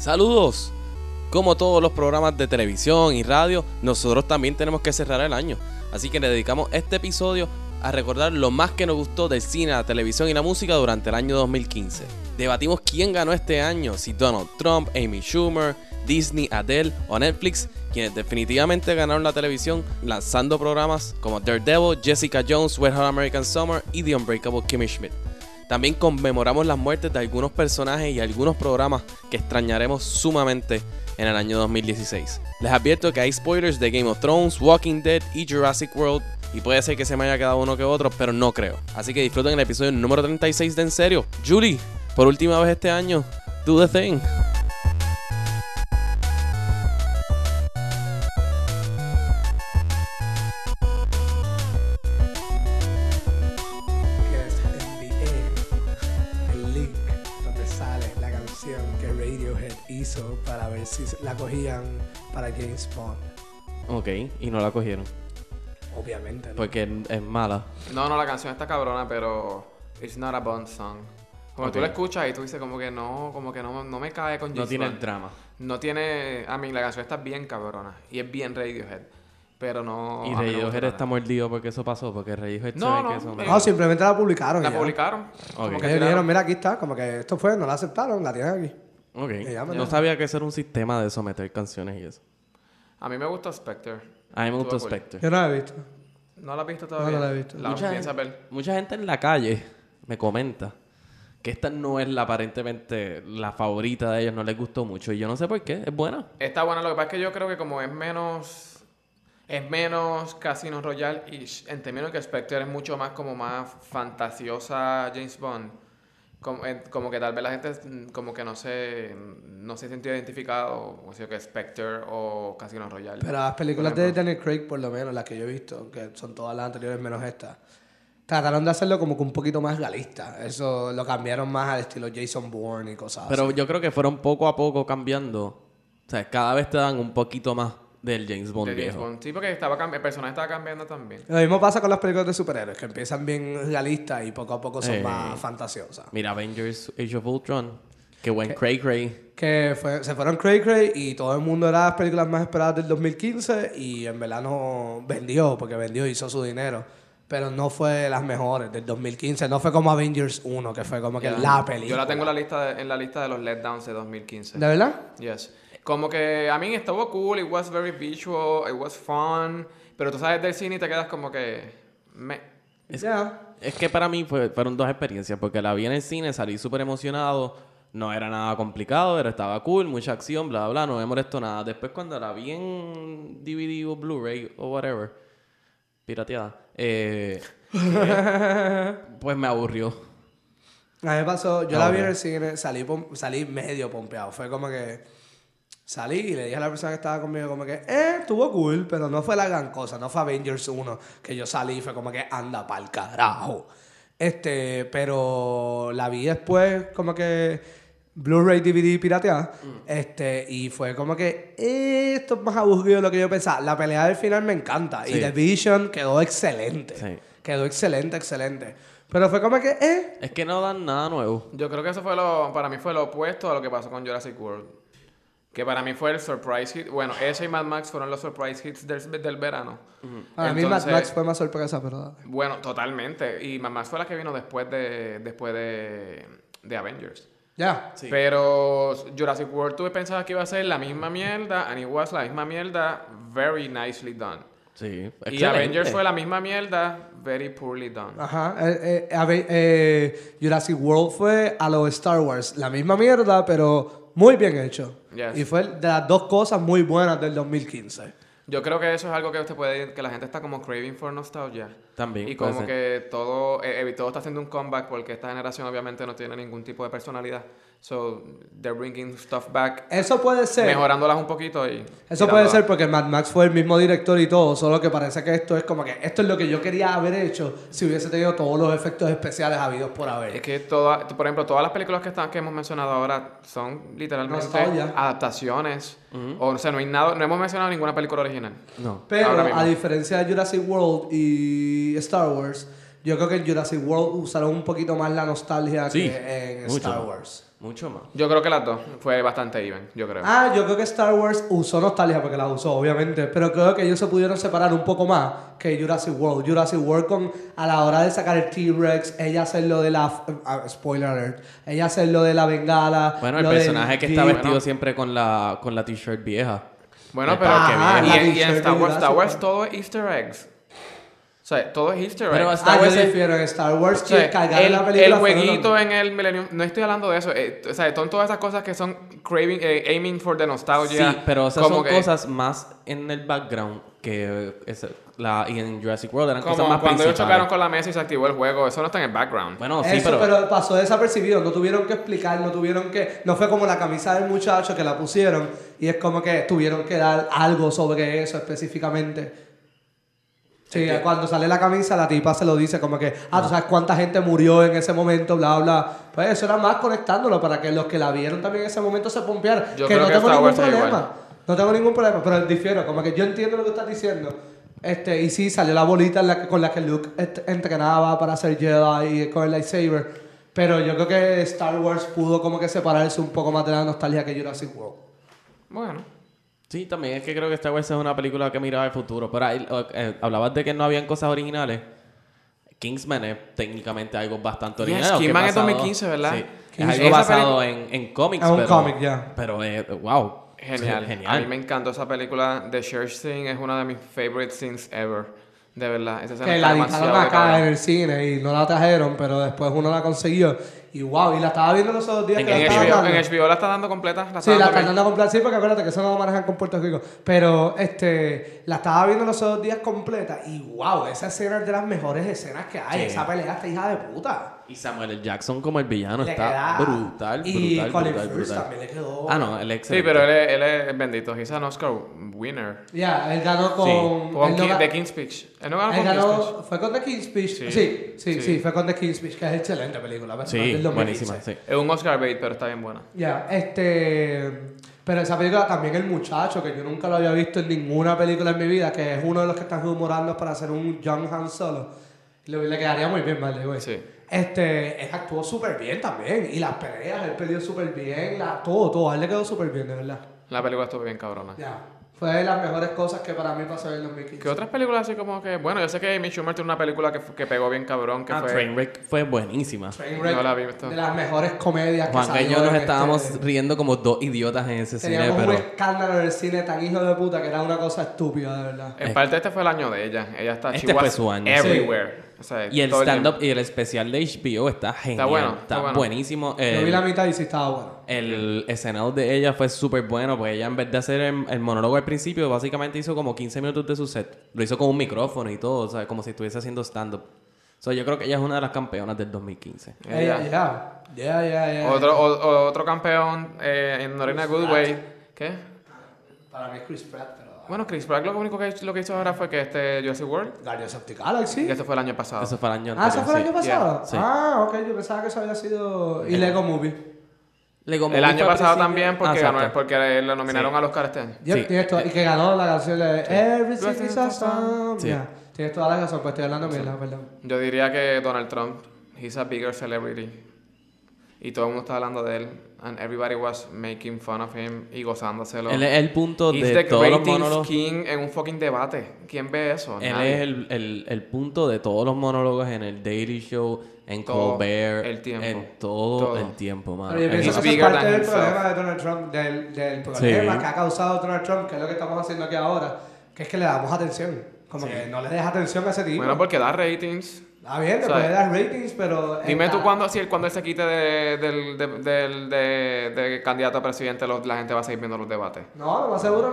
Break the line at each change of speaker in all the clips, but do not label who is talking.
Saludos. Como todos los programas de televisión y radio, nosotros también tenemos que cerrar el año. Así que le dedicamos este episodio a recordar lo más que nos gustó del cine, la televisión y la música durante el año 2015. Debatimos quién ganó este año, si Donald Trump, Amy Schumer, Disney, Adele o Netflix, quienes definitivamente ganaron la televisión lanzando programas como Daredevil, Jessica Jones, Wet Hot American Summer y The Unbreakable Kimmy Schmidt. También conmemoramos las muertes de algunos personajes y algunos programas que extrañaremos sumamente en el año 2016. Les advierto que hay spoilers de Game of Thrones, Walking Dead y Jurassic World y puede ser que se me haya quedado uno que otro, pero no creo. Así que disfruten el episodio número 36 de En Serio. Julie, por última vez este año, do the thing.
Podcast NBA, el link donde sale la canción que Radiohead hizo para ver si la cogían para James Bond.
Ok, y no la cogieron,
Obviamente, ¿no?
porque es mala.
No, no, la canción está cabrona, pero it's not a Bond song. Como tú
Ok.
la escuchas y tú dices como que no, como que no, no me cae con
No
James
tiene el
Bond.
drama.
No tiene, a mí la canción está bien cabrona y es bien Radiohead, pero no
y
a mí no me gusta
Radiohead
nada.
está mordido porque eso pasó, porque Radiohead
No,
sabe
no,
que eso
eh,
No, simplemente la publicaron. y
la
ya.
publicaron. Como
Ok.
que
Ellos
tiraron-
dijeron, mira, aquí está, como que esto fue, no la aceptaron, la tienen aquí.
Ok.
ya,
no
pero-
sabía que eso era un sistema de someter canciones y eso.
A mí me gusta Spectre.
A mí me gustó
Estuvo cool.
Spectre.
Yo no la he visto.
No la has visto todavía.
la he visto.
La
Mucha
piensas
gente,
ver.
mucha gente en la calle me comenta que esta no es la aparentemente la favorita de ellos, no les gustó mucho. Y yo no sé por qué, es buena.
Está buena, lo que pasa es que yo creo que como es menos. Es menos Casino Royale y sh- en términos que Spectre es mucho más como más fantasiosa James Bond. Como, eh, como que tal vez la gente mm, como que no se mm, no se siente identificado o sea que Spectre o Casino Royale.
Pero ah, las películas
Por
de
ejemplo.
Daniel Craig, por lo menos, las que yo he visto, que son todas las anteriores menos esta, trataron de hacerlo como que un poquito más realista. Eso lo cambiaron más al estilo Jason Bourne y cosas
Ah,
así.
Pero yo creo que fueron poco a poco cambiando. O sea, cada vez te dan un poquito más del James Bond
de James
viejo.
Bond. Sí, porque estaba cambi- el personaje estaba cambiando también.
Lo mismo pasa con las películas de superhéroes, que empiezan bien realistas y poco a poco son
Eh.
más fantasiosas.
Mira Avengers Age of Ultron, que buen Cray Cray.
Que fue- se fueron cray cray y todo el mundo era las películas más esperadas del 2015 y en verdad no vendió, porque vendió, hizo su dinero. Pero no fue las mejores del 2015, no fue como Avengers 1, que fue como que la película.
Yo la tengo en la lista de- en la lista de los letdowns de 2015.
¿De verdad?
Yes. Como que a mí estuvo cool, it was very visual, it was fun, pero tú sabes del cine y te quedas como que me
Es-
Ya.
Es que para mí fue- fueron dos experiencias, porque la vi en el cine, salí súper emocionado, no era nada complicado, pero estaba cool, mucha acción, bla, bla, no me molestó nada. Después cuando la vi en DVD o Blu-ray o whatever, pirateada, eh, pues me aburrió.
A mí me pasó, yo la
Ah,
vi
ok.
en el cine, salí, pom- salí medio pompeado. Fue como que salí y le dije a la persona que estaba conmigo, como que, eh, estuvo cool, pero no fue la gran cosa, no fue Avengers 1, que yo salí y fue como que, anda pa'l carajo. Este, pero la vi después, como que Blu-ray, DVD pirateada,
Mm.
este, y fue como que, eh, esto es más aburrido de lo que yo pensaba. La pelea del final me encanta,
Sí.
y The Vision quedó excelente.
Sí.
Quedó excelente, excelente. Pero fue como que, eh,
Es que no dan nada nuevo.
Yo creo que eso fue lo, para mí fue lo opuesto a lo que pasó con Jurassic World. Que para mí fue el surprise hit. Bueno, ese y Mad Max fueron los surprise hits del, del verano.
Para mí Mad
Entonces,
Max fue más sorpresa, pero dale.
Bueno, totalmente. Y Mad Max fue la que vino después de, después de, de Avengers.
Ya.
Sí.
Pero Jurassic World tú pensabas que iba a ser la misma mierda, and it was la misma mierda, very nicely done.
Sí,
Y Avengers fue la misma mierda, very poorly done.
Ajá. eh, eh, Ave- eh, Jurassic World fue a los Star Wars. La misma mierda, pero muy bien hecho.
Yes.
Y fue de las dos cosas muy buenas del 2015.
Yo creo que eso es algo que usted puede, que la gente está como craving for nostalgia.
También.
Y
puede
como
ser.
que todo, eh, eh, todo está haciendo un comeback porque esta generación obviamente no tiene ningún tipo de personalidad. So, they're bringing stuff back,
Eso puede ser.
mejorándolas un poquito y...
Eso
y
puede
dándolas.
ser porque Mad Max fue el mismo director y todo, solo que parece que esto es como que esto es lo que yo quería haber hecho si hubiese tenido todos los efectos especiales habidos por haber.
Es que, toda, por ejemplo, todas las películas que, están, que hemos mencionado ahora son literalmente
Nostalgia.
adaptaciones. O, sea, no, hay nada, no hemos mencionado ninguna película original.
No.
Pero
Ahora mismo.
a diferencia de Jurassic World y Star Wars, Yo creo que en Jurassic World usaron un poquito más la nostalgia
Sí,
que en
mucho.
Star Wars.
Mucho más.
Yo creo que las dos fue bastante even, yo creo.
Ah, yo creo que Star Wars usó nostalgia porque la usó, obviamente. Pero creo que ellos se pudieron separar un poco más que Jurassic World. Jurassic World con a la hora de sacar el T-Rex, ella hacer lo de la ah, spoiler alert, ella hacer lo de la bengala.
Bueno, el
lo del
personaje que está
jeep.
vestido siempre con la, con la t-shirt vieja.
Bueno,
Me
pero
parece
Ajá,
que
la
bien. Y, en- y en
t-shirt
Star
de
Wars, Star
Jurassic
Wars
Park.
todo es Easter eggs. O sea, todo es Easter
Pero
eggs. Ah,
hasta-
Ah, yo
Star Wars-
difiero en Star Wars
O
que
sea,
cagaron
el,
la película.
el
fueron los-
jueguito en el Millennium. No estoy hablando de eso. eh, t- o sea, son todas esas cosas que son craving, eh, aiming for the nostalgia.
Sí, pero esas
como
son
que-
cosas más en el background que eh, esa- la, y en Jurassic World eran
Como
cosas más
cuando ellos
principales.
chocaron con la mesa y se activó el juego. Eso no está en el background.
Bueno, sí, pero,
Eso, pero... pasó desapercibido, no tuvieron que explicar, no tuvieron que, no fue como la camisa del muchacho que la pusieron y es como que tuvieron que dar algo sobre eso específicamente. Sí,
Eh,
cuando sale la camisa la tipa se lo dice como que, ah, tú sabes cuánta gente murió en ese momento, bla, bla. Pues eso era más conectándolo para que los que la vieron también en ese momento se pompearan.
Yo
que
creo
no
que
tengo
Star
ningún
Wars es
problema.
igual.
No tengo ningún problema, pero difiero, como que yo entiendo lo que estás diciendo. Este, y sí, salió la bolita en la que- con la que Luke este, entrenaba para ser Jedi y con el lightsaber. Pero yo creo que Star Wars pudo como que separarse un poco más de la nostalgia que Jurassic World.
Bueno.
sí, también es que creo que Star Wars es una película que miraba el futuro. Pero ahí, eh, eh, hablabas de que no habían cosas originales. Kingsman es técnicamente algo bastante
Yes,
original. aunque
Kingsman es
basado-
2015, ¿verdad?
Sí, es
Kingsman.
algo
Esa
basado en, en cómics.
Es un
pero-
cómic, ya.
Pero, eh, wow.
Genial.
Genial.
A mí me encantó esa película. The Church Scene es una de mis favorite scenes ever. De verdad. Esa escena
que
está
la
demasiado
editaron
de cabrón.
acá eh, en el cine y no la trajeron, pero después uno la consiguió. Y wow, y la estaba viendo los otros días
En
que la
En
estaban
HBO,
dando.
en HBO la está dando completa. La
Sí,
está
la
dando
están dando completa. Sí, porque acuérdate que eso no lo manejan con Puerto Rico. Pero este, la estaba viendo los otros días completa. Y wow, esa escena es de las mejores escenas que hay.
Sí.
Esa pelea está hija de puta.
Y Samuel L. Jackson como el villano
Le
está
queda-
brutal, brutal,
Y
brutal,
Colin
brutal.
Firth también le quedó.
Ah, no, el ex.
Sí, pero él es, él es bendito. He's an Oscar winner.
Ya, él ganó con.
Sí.
Con
él no
Ki-
ga-
The King's Speech. Él
él
no ganó con King's Speech.
ganó, fue con The King's Speech.
Sí.
Sí, sí, sí,
Sí.
fue con The King's Speech, que es excelente película. pero es
Sí,
del 2015.
buenísima, sí.
Es un Oscar bait, pero está bien buena.
Ya, este. Pero esa película también El Muchacho, que yo nunca lo había visto en ninguna película en mi vida, que es uno de los que están rumorando para hacer un John Han Solo. Le, le quedaría muy bien, ¿vale? güey?
Sí.
Este, él actuó súper bien también. Y las peleas, él peleó súper bien, la- todo, todo. A él le quedó súper bien, de verdad.
La película estuvo bien cabrona.
Ya. Fue de las mejores cosas que para mí pasó en el 2015.
¿Qué otras películas así como que... Bueno, yo sé que Amy Schumer tiene una película que, fu- que pegó bien cabrón, que
Ah,
fue...
Trainwreck fue buenísima.
Trainwreck,
No la vi, esto.
De las mejores comedias que
Juan y
salió
yo nos
en
estábamos
este-
riendo como dos idiotas en ese cine,
Teníamos
pero...
un escándalo en el cine tan hijo de puta que era una cosa estúpida, de verdad.
En parte este fue el año de ella. Ella está...
Este
she
fue
was
su año.
Everywhere. O sea,
Y el
todo tiempo.
stand-up y el especial de HBO está genial. Está,
bueno, está bueno.
buenísimo.
Yo vi la
El,
mitad y sí estaba bueno.
el escenario de ella fue súper bueno, pues ella en vez de hacer el, el monólogo al principio, básicamente hizo como 15 minutos de su set. Lo hizo con un micrófono y todo, o sea, como si estuviese haciendo stand-up. So, yo creo que ella es una de las campeonas del 2015.
Ella.
Ya, ya. Eh, Ya, ya, ya.
Otro, o- o- otro campeón eh, en Norena Goodway. ¿Qué?
Para mí es Chris Pratt, pero.
Bueno, Chris Pratt lo único que, lo que hizo ahora fue que este Jurassic World...
Guardians of the Galaxy.
Y esto fue el año pasado.
Eso fue el año
Ah,
anterior.
¿eso fue el año
sí.
pasado?
Sí.
Ah, ok, yo pensaba que eso había sido. Y
El-
Lego Movie.
Le como
El
fue
año
al
pasado
principio.
también porque,
Ah,
ganó-
exacto.
porque lo nominaron al Oscar este año.
Yo-
Sí.
tienes toda- y que ganó la canción de Every City is a Song.
Sí.
Ya. Tienes toda la razón, pues estoy hablando mierda, perdón.
Yo diría que Donald Trump, he's a bigger celebrity. Y todo el mundo está hablando de él. And everybody was making fun of him y gozándoselo.
Él es el punto
he's
de
the
todos los
ratings
monólogos.
king en un fucking debate. ¿Quién ve eso?
Él
Nadie.
es el, el- el punto de todos los monólogos en el Daily Show, en
Todo
Colbert,
el tiempo.
en todo,
Todo.
el tiempo, mano.
Pero yo
En-
pienso
he's
que eso
bigger
es parte
than
del
himself.
problema de Donald Trump, del, del problema que ha causado Donald Trump, que es lo que estamos haciendo aquí ahora, que es que le damos atención. Como que no le des atención a ese tipo.
Bueno, porque da ratings.
Está bien, le
¿Sabes?
puede dar ratings, pero.
Dime tú
está-
cuándo, si él, cuando él se quite de- del de, del- de- de candidato a presidente, los- la gente va a seguir viendo los debates.
No, lo más seguro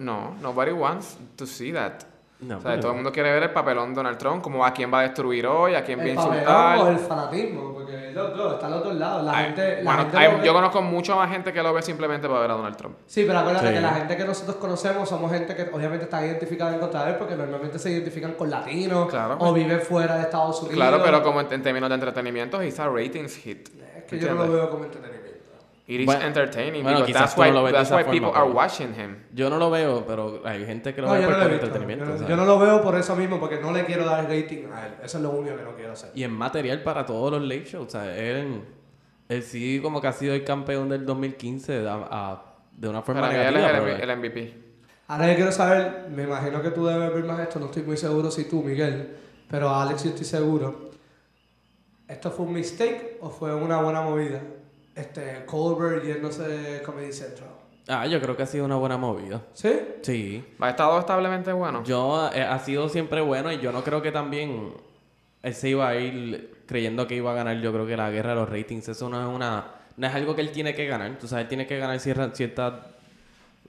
no.
No, nobody wants to see that.
No,
o sea,
pero-
todo el mundo quiere ver el papelón de Donald Trump, como a quién va a destruir hoy, a quién va a
El
insultar.
papelón o Ah, el fanatismo, porque los dos, están los dos lados. La
Ay,
gente. La
bueno,
gente
hay-
lo ve-
yo conozco mucha más gente que lo ve simplemente para ver a Donald Trump.
Sí, pero acuérdate
Sí.
que la gente que nosotros conocemos somos gente que obviamente está identificada en contra de él, porque normalmente se identifican con latinos
Claro.
o viven fuera de Estados Unidos.
Claro, pero como en, en términos de entretenimiento, he's a ratings hit.
Es que yo no lo veo como entretenimiento.
It is
Bueno,
entertaining.
bueno,
because
quizás
that's
tú no
why,
lo ves de
that's
esa
why
forma,
people
pero-
are watching him.
Yo no lo veo, pero hay gente que lo
No,
ve
yo
por,
no lo he
por
visto.
entretenimiento.
Yo no-
¿sabes?
yo no lo veo por eso mismo, porque no le quiero dar rating a él. Eso es lo único que no quiero hacer.
Y en material para todos los late shows. O sea, él, él sí como que ha sido el campeón del 2015 a- a- de una forma
Para mí él
Pues negativa.
es
pero,
el, el MVP.
Ahora yo quiero saber, me imagino que tú debes ver más esto, no estoy muy seguro si tú, Miguel, pero Alex, yo estoy seguro. ¿Esto fue un mistake o fue una buena movida? Este, Colbert yéndose Comedy Central.
Ah, yo creo que ha sido una buena movida.
¿Sí?
Sí.
Ha estado establemente bueno.
Yo eh, ha sido siempre bueno y yo no creo que también él se iba a ir creyendo que iba a ganar. Yo creo que la guerra de los ratings, eso no es una, no es algo que él tiene que ganar. Tú sabes, él tiene que ganar cierta, cierta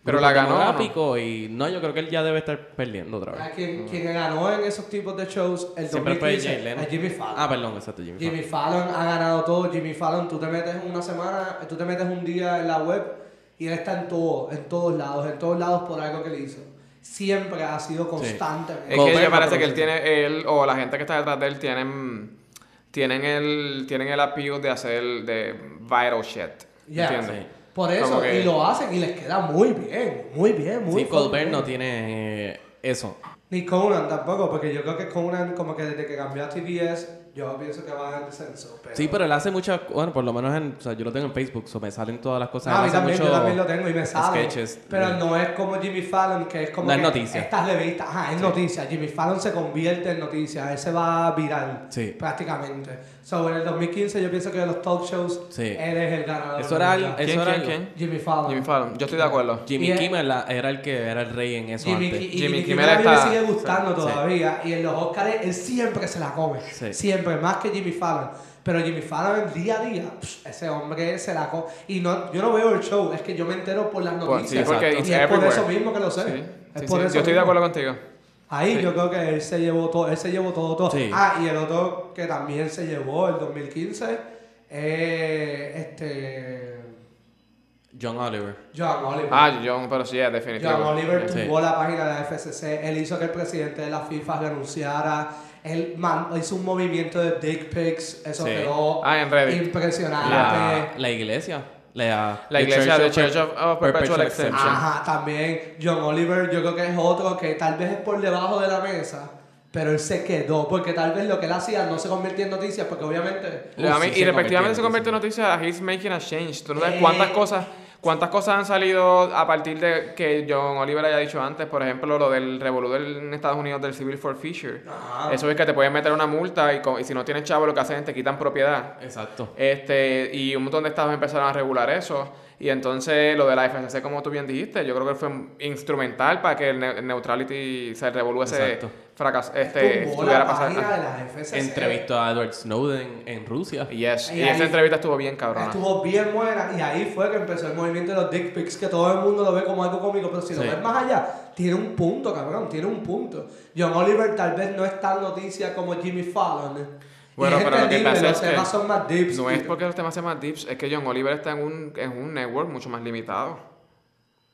Pero la
grupo
ganó, ¿o no?
demográfico y no, yo creo que él ya debe estar perdiendo otra vez.
¿A quién, quién ganó en esos tipos de shows? El
Siempre fue
2015,
Jay Leno.
a Jimmy Fallon.
Ah, perdón, exacto, Jimmy.
Jimmy Fallon ha ganado todo. Jimmy Fallon, tú te metes una semana, tú te metes un día en la web y él está en todo, en todos lados, en todos lados por algo que le hizo. Siempre ha sido constante.
Es que
Colbert
me
lo
parece que él
produce.
tiene, él o la gente que está detrás de él tienen, tienen el, tienen el appeal de hacer de viral shit.
Ya,
¿Entiendes?
sí.
Por
Como
eso,
que-
y lo hacen y les queda muy bien, muy bien, muy
Sí,
fucking
Colbert no
bien.
tiene eh, eso.
Ni Conan tampoco, porque yo creo que Conan, como que desde que cambió a TBS, yo pienso que va en descenso. Pero...
Sí, pero él hace muchas, bueno, por lo menos en, o sea, yo lo tengo en Facebook, so me salen todas las cosas.
Ah,
Él
a mí
hace
también, yo
mucho-
también lo tengo y me sale.
sketches.
Pero no es como Jimmy Fallon, que es como
No es
que
noticia.
estas revistas. Ajá, es noticia. Jimmy Fallon se convierte en noticia. Él se va viral
Sí.
prácticamente. So, en el 2015 yo pienso que de los talk shows,
Sí.
él es el ganador.
Eso era el-
mundial.
Eso
¿Quién,
era
quién,
algo.
quién?
Jimmy Fallon.
Jimmy Fallon. Yo estoy de acuerdo.
Jimmy
Y él-
Kimmel la- era el que era el rey en eso
Jimmy,
antes.
y- y
Jimmy
Jimmy
Kimmel
Kimmel a mí me
está-
sigue gustando
sí.
todavía. Y en los Oscars él siempre se la come.
Sí.
Siempre, más que Jimmy Fallon. Pero Jimmy Fallon día a día, psh, ese hombre se la come. Y no, yo no veo el show, es que yo me entero por las
Por-
noticias.
sí, porque
exacto.
it's
y es por
everywhere.
eso mismo que lo sé.
Sí,
Es
sí,
por
sí.
eso
Yo estoy de
mismo.
acuerdo contigo.
Ahí
Sí.
yo creo que él se llevó todo, él se llevó todo, todo.
Sí.
Ah, y el otro que también se llevó el 2015, eh, este
John Oliver.
John Oliver.
Ah, John, pero sí, es
John
definitivo.
Oliver
Sí.
tumbó la página de la FCC, él hizo que el presidente de la FIFA renunciara, él man- hizo un movimiento de dick pics, eso
Sí.
quedó
Ah, en Reddit.
impresionante.
La, la iglesia. La,
La
the
iglesia de
Per-
Church of- of Perpetual Exemption.
Ah.
Ajá, también John Oliver yo creo que es otro que tal vez es por debajo de la mesa, pero él se quedó, porque tal vez lo que él hacía no se convirtió en noticias, porque obviamente...
Le- a
Uh,
mí-
sí, se
y respectivamente se
convirtió
convierte
en
en noticia, he's making a change. Tú no sabes cuántas
Eh.
cosas, cuántas cosas han salido a partir de que John Oliver haya dicho antes, por ejemplo, lo del revolú del- en Estados Unidos del Civil Forfeiture.
Ah.
Eso es que te pueden meter una multa y, co- y si no tienes chavo lo que hacen es te quitan propiedad.
Exacto.
Este, y un montón de estados empezaron a regular eso. Y entonces lo de la FCC, como tú bien dijiste, yo creo que fue instrumental para que el, ne- el neutrality, se revolú ese
Exacto.
fracaso, este,
tumbó la
estuviera pasando.
página
Ajá.
de la FCC.
Entrevistó a Edward Snowden en Rusia.
Yes.
Y
Y, esa
ahí-
entrevista estuvo bien cabrona.
Estuvo bien buena y ahí fue que empezó el movimiento de los dick pics, que todo el mundo lo ve como algo cómico, pero si lo
Sí.
ves más allá, tiene un punto, cabrón, tiene un punto. John Oliver tal vez no es tan noticia como Jimmy Fallon. ¿eh? Y
Bueno,
es
pero lo que
entendible,
pasa
los
es que
temas son más deep.
No es porque los temas sean más deeps, es que John Oliver está en un, en un network mucho más limitado.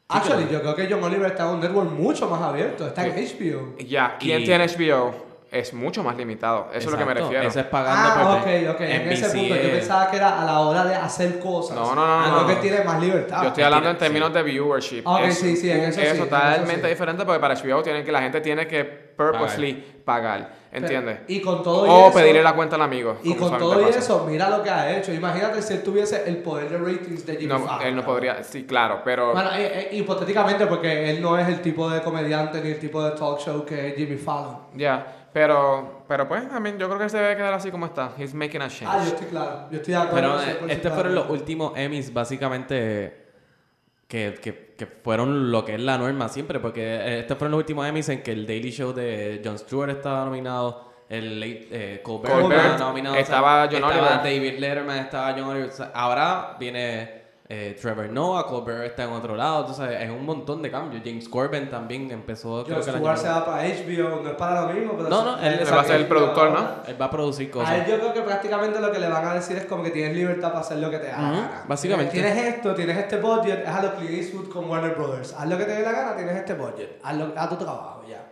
Actually, yo creo que John Oliver está en un network mucho más abierto, está en HBO.
Ya, ¿quién
Y-
tiene HBO? Es mucho más limitado. Eso es lo que me
Exacto.
refiero.
Eso es pagando
Ah,
por te-
ok, ok, en ese
NBC,
punto yo
eh,
pensaba que era a la hora de hacer cosas.
No, no, no,
Ah,
no,
creo
no.
que tiene más libertad.
Yo estoy hablando en términos de viewership.
Ah, ok,
es,
sí, sí, en
un-
eso
es
sí, en
totalmente
eso sí.
diferente porque para HBO tienen que, la gente tiene que purposely pagar. ¿Entiendes?
Y con todo y
o
eso-
pedirle la cuenta al amigo.
Y
como
con
usualmente
todo y
pasa.
eso, mira lo que ha hecho. Imagínate si él tuviese el poder de ratings de Jimmy
No,
Fallon.
él no podría. Sí, claro, pero.
Bueno, eh, eh, hipotéticamente, porque él no es el tipo de comediante ni el tipo de talk show que es Jimmy Fallon.
ya. Pero, pero pues, I mean, yo creo que se debe quedar así como está. He's making a change.
Ah, yo estoy claro. Yo estoy de acuerdo.
Pero eh,
100%
estos
de
fueron los
acuerdo.
últimos Emmys, básicamente, que, que, que fueron lo que es la norma siempre, porque eh, estos fueron los últimos Emmys en que el Daily Show de Jon Stewart estaba nominado, el late, eh, Colbert,
Colbert,
estaba nominado,
estaba John
estaba
Oliver.
David Letterman, estaba John Oliver. o sea, ahora viene eh, Trevor Noah, Colbert está en otro lado, entonces es un montón de cambios. James Corbin también empezó, creo
Jon
que el año
Stewart se
pasado.
va para HBO, no es para lo mismo, pero...
No,
sí,
no, él
le
va
saca
a ser el
HBO
productor, ¿no?
ahora.
Él va a producir
A él
cosas.
yo creo que prácticamente lo que le van a decir es como que tienes libertad para hacer lo que te haga.
Ujú, básicamente.
Tienes esto, tienes este budget, haz lo Clint Eastwood con Warner Brothers. Haz lo que te dé la gana, tienes este budget. Haz, lo- haz tu trabajo, ya.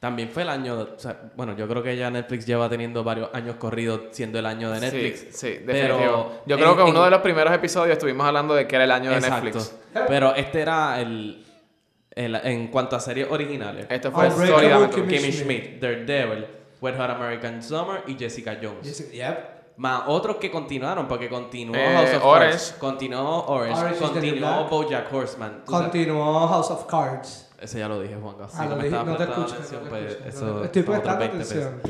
También fue el año, o sea, bueno, yo creo que ya Netflix lleva teniendo varios años corridos siendo el año de Netflix.
Sí, sí,
Pero
definitivo. Yo
en-
creo que
en-
uno de los primeros episodios estuvimos hablando de que era el año de
Exacto.
Netflix.
Pero este era el, el- en cuanto a series originales.
Este fue
Unbreakable
sólidamente.
Kimmy
Kimmy
Schmidt.
Schmidt, Daredevil, Wet Hot American Summer y Jessica Jones.
Yes, yep.
Más otros que continuaron, porque continuó
Eh,
House of
Orange.
Cards, continuó Orange,
Orange is the New
continuó
Black.
BoJack Horseman. tú sabes.
Continuó House of Cards.
Ese ya lo dije, Juan Gas.
Ah, lo dije, no te escucho. no te
pues,
escucho. Estoy prestando atención.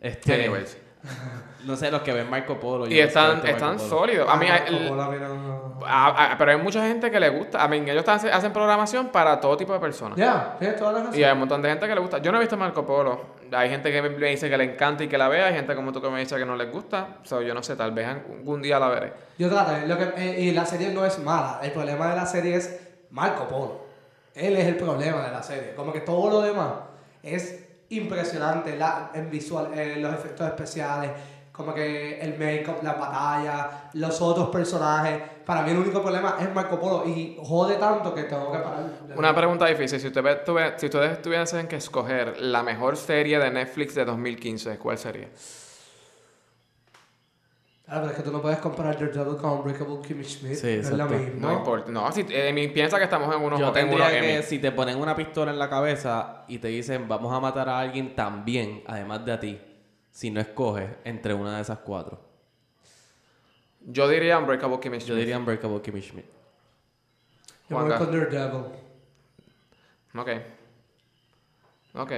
Este,
Anyways.
No sé, los que ven Marco Polo. yo
Y
no sé
están,
este Marco
están
Polo.
sólidos. A mí,
Ah,
el-
Coppola, mira, no.
a- a- pero hay mucha gente que le gusta. A mí, ellos están- hacen programación para todo tipo de personas.
Ya, tienes toda la razón.
Y hay un montón de gente que le gusta. Yo no he visto Marco Polo. Hay gente que me- me dice que le encanta y que la vea. Hay gente como tú que me dice que no les gusta. So, yo no sé, tal vez algún día la veré.
Yo traté, lo que, eh, y la serie no es mala. El problema de la serie es Marco Polo. Él es el problema de la serie. Como que todo lo demás es impresionante la, en visual, eh, los efectos especiales, como que el make-up, las batallas, los otros personajes. Para mí el único problema es Marco Polo y jode tanto que tengo que parar.
Una pregunta difícil. Si, usted, ve- tuve- si ustedes tuviesen que escoger la mejor serie de Netflix de 2015, ¿cuál sería?
Claro, pero es que tú no puedes comparar Daredevil con Unbreakable Kimmy Schmidt.
Sí,
no es lo
exacto.
mismo.
No, importa. No, si, eh, mi- piensa que estamos en unos
Yo
en unos
tendría que,
Emmy.
si te ponen una pistola en la cabeza y te dicen, vamos a matar a alguien también, además de a ti, si no escoges entre una de esas cuatro.
Yo diría Unbreakable Kimmy
Yo
Schmidt.
diría Unbreakable Kimmy Schmidt.
Yo me voy
Juanga.
con Daredevil.
Ok. Ok.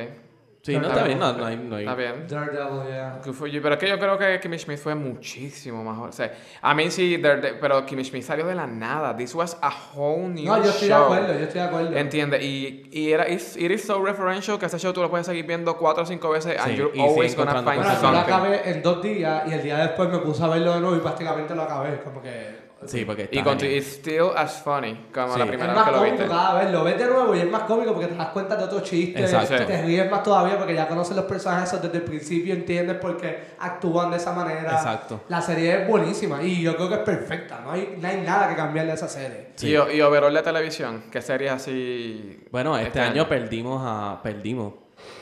Sí, no, está bien, no, no hay... No hay-
Está bien.
Daredevil, yeah.
Que fue- Pero es que yo creo que Kimmy Schmidt fue muchísimo mejor. O sea, a mí sí, de- de- pero Kimmy Schmidt salió de la nada. This was a whole new
No, yo estoy de
show.
acuerdo, yo estoy de acuerdo.
Entiende, y, y era, it's- it is so referential que ese show tú lo puedes seguir viendo cuatro o cinco veces and
Sí,
you're
y
always
sigue
gonna
encontrando
find
Bueno,
cosas
yo lo
something.
acabé en dos días y el día después me puse a verlo de nuevo y prácticamente lo acabé. Como que.
Sí, porque está
Y con tu-
genial.
it's still as funny como
Sí.
la
Es
Es
primera vez
más
que lo
cómico
viste.
cada vez, lo ves de nuevo y es más cómico porque te das cuenta de otros chistes,
Exacto.
te ríes más todavía porque ya conoces los personajes esos desde el principio, entiendes por qué actúan de esa manera.
Exacto.
La serie es buenísima y yo creo que es perfecta, no hay, no hay nada que cambiarle a esa serie.
Sí.
Y, o- y overall de televisión, ¿qué series así?
Bueno, este, año perdimos a, perdimos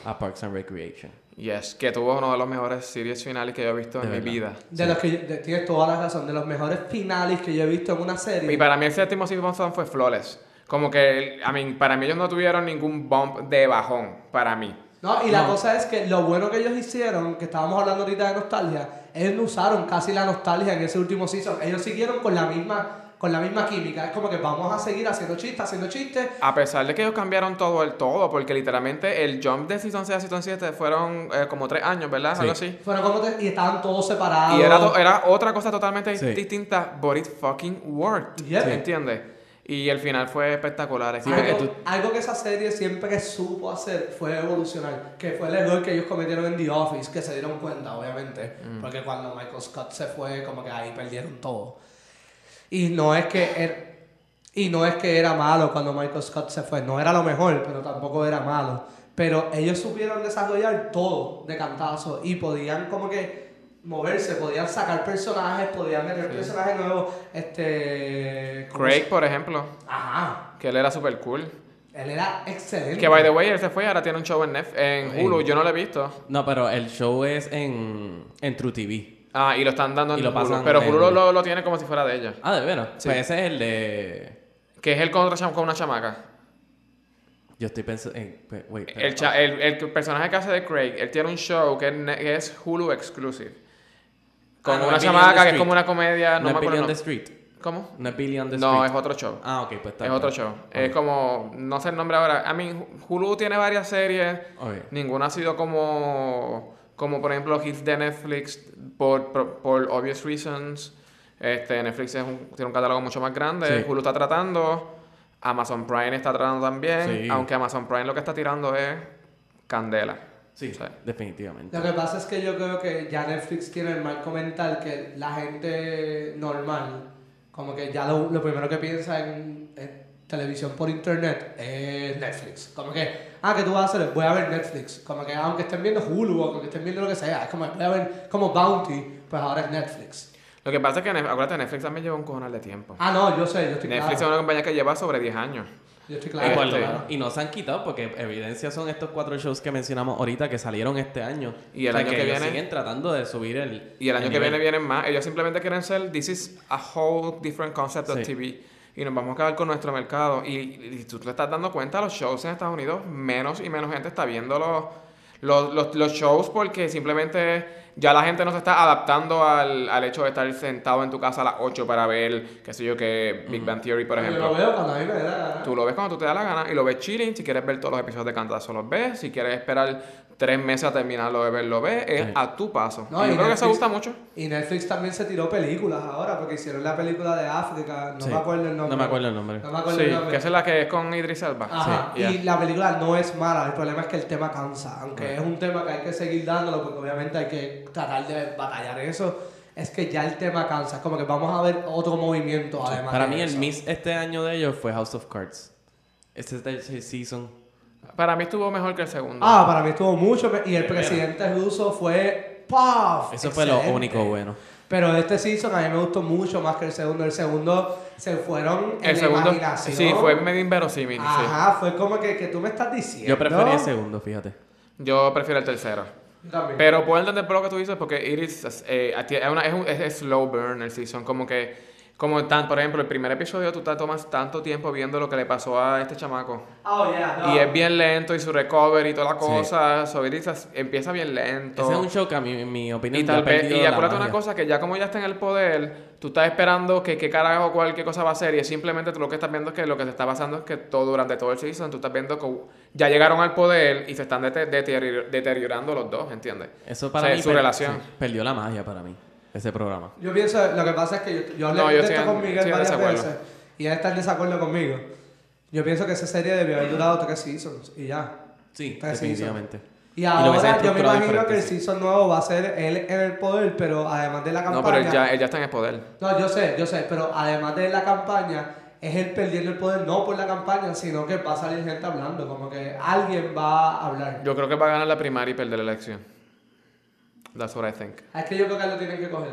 a Parks and Recreation.
Yes, que tuvo uno de los mejores series finales que yo he visto
De
en mi
verdad.
vida.
De los que yo- de- tienes toda la razón, de los mejores finales que yo he visto en una serie.
Y para mí el séptimo season fue flawless. Como que, I mean, para mí ellos no tuvieron ningún bump de bajón, para mí.
No, y la cosa es que lo bueno que ellos hicieron, que estábamos hablando ahorita de nostalgia, ellos no usaron casi la nostalgia en ese último season. Ellos siguieron con la misma, con la misma química. Es como que vamos a seguir haciendo chistes, haciendo chistes.
A pesar de que ellos cambiaron todo el todo, porque literalmente el jump de season 6 a season 7 fueron eh, como tres años, ¿verdad? Algo así.
Fueron como te- y estaban todos separados.
Y era, to- era otra cosa totalmente
Sí.
distinta, but it fucking worked.
Yeah. Sí.
¿Entiendes? Y el final fue espectacular. es
Sí,
como
porque
que
algo,
tú-
algo que esa serie siempre supo hacer fue evolucionar, que fue el error que ellos cometieron en The Office, que se dieron cuenta, obviamente,
Mm.
porque cuando Michael Scott se fue, como que ahí perdieron todo. Y no es que er- y no es que era malo cuando Michael Scott se fue, no era lo mejor, pero tampoco era malo. Pero ellos supieron desarrollar todo de cantazo y podían como que moverse, podían sacar personajes, podían meter personajes nuevos, este ¿cómo
Craig, por ejemplo,
se- Ajá.
que él era super cool.
Él era excelente.
Que by the way, él se fue y ahora tiene un show en, Nef- en
En-
Hulu. Yo no lo he visto.
No, pero el show es en, en True TV.
Ah, y lo están dando en
Y lo
Hulu.
pasan
Pero
en
Hulu
Hulu.
lo, lo tiene como si fuera de ella.
Ah, de veras.
Sí.
Pues ese es el de...
Que es el con, otra chama- con una chamaca.
Yo estoy pensando... en- pe- wait, espera.
El, cha- el, el personaje que hace de Craig, él tiene un show que es, ne- que es Hulu exclusive. Con
Ah, no,
una
es Billy on
chamaca
the
que es como
Street.
una comedia, no,
No, es
me acuerdo.
Billion the
el
Street.
nombre. ¿Cómo?
No es Billion the Street.
No, es otro show.
Ah, ok, pues está
es
bien.
otro show.
Ok.
Es como, no sé el nombre ahora. A mí, Hulu tiene varias series.
Ok.
Ninguna ha sido como, como por ejemplo, hits de Netflix por, por, por obvious reasons. Este, Netflix es un- tiene un catálogo mucho más grande.
Sí.
Hulu está tratando. Amazon Prime está tratando también.
Sí.
Aunque Amazon Prime lo que está tirando es candela.
Sí,
Sí.
definitivamente.
Lo que pasa es que yo creo que ya Netflix tiene el mal mental que la gente normal, como que ya lo, lo primero que piensa en, en televisión por internet es Netflix. Como que, ah, ¿qué tú vas a hacer? Voy a ver Netflix. Como que aunque estén viendo Hulu o aunque estén viendo lo que sea, es como, voy a ver como Bounty, pues ahora es Netflix.
Lo que pasa
Ah,
es que, Nef- acuérdate, Netflix también lleva un cojonal de tiempo.
Ah, no, yo sé, yo estoy
Netflix
claro.
es una compañía que lleva sobre 10 años.
Yo estoy
Y
claro.
por lo
Este-
menos- y no se han quitado porque evidencia son estos cuatro shows que mencionamos ahorita que salieron este año.
Y el año que
ellos
viene-
siguen tratando de subir el
Y el año
el
que
nivel.
viene vienen más. Ellos simplemente quieren ser, this is a whole different concept of
Sí.
TV. Y nos vamos a acabar con nuestro mercado. Y, y tú te estás dando cuenta, los shows en Estados Unidos, menos y menos gente está viendo los, los, los- los shows porque simplemente ya la gente no se está adaptando al, al hecho de estar sentado en tu casa a las 8 para ver, qué sé yo, que Big Bang Theory, por
Yo
ejemplo.
lo veo cuando a mí me da la gana.
Tú lo ves cuando tú te da la gana y lo ves chilling. Si quieres ver todos los episodios de Cantazo, los ves. Si quieres esperar tres meses a terminarlo de ver, lo ves. Es
Sí.
a tu paso.
No,
Y
y
yo creo que eso
Netflix-
gusta mucho.
Y Netflix también se tiró películas ahora, porque hicieron la película de África, no
Sí.
me acuerdo el nombre.
No me acuerdo el nombre.
No me acuerdo
Sí,
el nombre.
que esa es la que es con Idris Elba.
Ajá.
Sí, yeah.
Y la película no es mala, el problema es que el tema cansa, aunque es un tema que hay que seguir dándolo, porque obviamente hay que tratar de batallar en eso, es que ya el tema cansa, es como que vamos a ver otro movimiento además.
Para
de
mí el
eso.
miss este año de ellos fue House of Cards. Este es el season.
Para mí estuvo mejor que el segundo.
Ah, para mí estuvo mucho, pe- y el presidente ruso fue... ¡Paf!
Eso fue lo
Excelente.
único bueno.
Pero este season a mí me gustó mucho más que el segundo. El segundo se fueron en
el
la
segundo
imaginación.
sí fue medio inverosímil. sí.
Ajá, fue como que, que tú me estás diciendo.
Yo preferí el segundo, fíjate.
Yo prefiero el tercero.
Yo también.
Pero puedo entender por lo que tú dices porque Idris eh, a ti- es, una- es un es- es slow burn el season. Como que, como tan, por ejemplo, el primer episodio tú te tomas tanto tiempo viendo lo que le pasó a este chamaco.
Oh, yeah, no.
Y es bien lento y su recovery y toda la
Sí.
cosa. So, Idris as- empieza bien lento.
Ese es un show que a mí, en mi opinión,
Y
ya
tal
ha
vez,
perdido
y
la
acuérdate una
magia.
cosa, que ya como ya está en el poder, tú estás esperando que qué carajo, cuál, qué cosa va a ser, y es simplemente tú lo que estás viendo es que lo que se está pasando es que todo, durante todo el season, tú estás viendo que ya llegaron al poder y se están dete- deterior- deteriorando los dos, ¿entiendes?
Eso
O
para
sea,
mí
su
per-
relación.
sí, perdió la magia para mí, ese programa.
Yo pienso, lo que pasa es que yo, yo hablé
No, yo
de
estoy
esto
en-
con Miguel
estoy en
varias
desacuerdo.
veces y él está en desacuerdo conmigo. Yo pienso que esa serie debió haber durado tres seasons y ya.
Sí,
Tres seasons.
definitivamente.
Y
lo hubiese
ahora yo me
estructurado
imagino que el
diferente, sí.
season nuevo va a ser él en el poder, pero además de la campaña.
No, pero él ya, él ya está en el poder.
No, yo sé, yo sé, pero además de la campaña, es él perdiendo el poder no por la campaña, sino que va a salir gente hablando, como que alguien va a hablar.
Yo creo que va a ganar la primaria y perder la elección. That's what I think.
Es que yo creo que lo tienen que coger.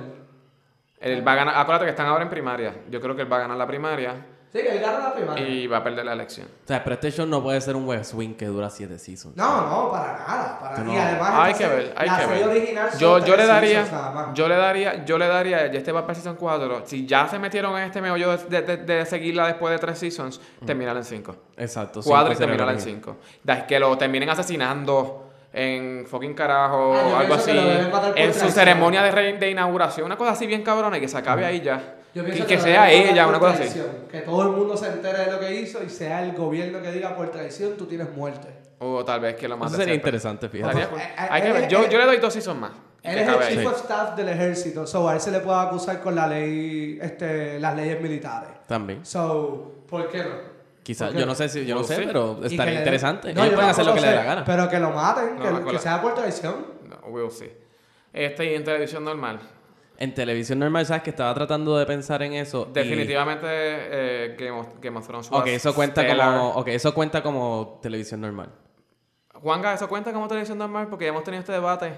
Él va a ganar, acuérdate que están ahora en primaria. Yo creo que él va a ganar la primaria
Sí, que él gana la primaria.
y va a perder la elección.
O sea, pero este show no puede ser un West Wing que dura siete seasons.
No, no, para nada. Para...
No.
Y además,
hay que
esta se-
ver, hay
la
que
serie
ver.
original son
yo, yo le
tres
daría,
seasons nada más.
yo le daría, yo le daría, ya este va para Season 4. Si ya se metieron en este meollo de, de, de- de seguirla después de tres seasons, terminar en 5.
Exacto. Mm. cinco
4 y
sería
terminar
lo
en
que-
5. Que lo terminen asesinando en fucking carajo
Ah, yo
o
pienso
algo así.
que lo deben matar por
En su
traición.
ceremonia de, re- de inauguración, una cosa así bien cabrona y que se acabe ahí ya.
Yo
Y
pienso
que
lo
sea
deben
ella,
matar
una
por
cosa así.
traición, Que todo el mundo se entere de lo que hizo y sea el gobierno que diga por traición, tú tienes muerte.
O tal vez que lo
Eso
mate.
sería
siempre.
interesante, fíjate.
Estaría cool.
Eh, eh,
Hay que
él-
ver. Yo,
él-
yo le doy dos seasons más.
Él
Que
es el
acabe
chief
ahí.
of staff del ejército, so a él se le puede acusar con la ley, este, las leyes militares.
También.
So, ¿por qué no?
Quizás,
¿Por qué
yo no sé si, yo no
Pues
sé,
sí.
pero
Y que le
estaría
den-
interesante.
No,
Ellos
yo
pueden hacer lo que
tampoco
les dé la
sé,
gana.
Pero que lo maten,
No,
que-
la
que,
cola.
sea por traición.
No, we'll see. Este y en televisión normal.
En televisión normal, sabes que estaba tratando de pensar en eso. y-
Definitivamente eh, Game, of, Game of Thrones. was
Ok, eso cuenta
stellar.
como. Ok, eso cuenta como televisión normal.
Juanga, eso cuenta como televisión normal porque ya hemos tenido este debate.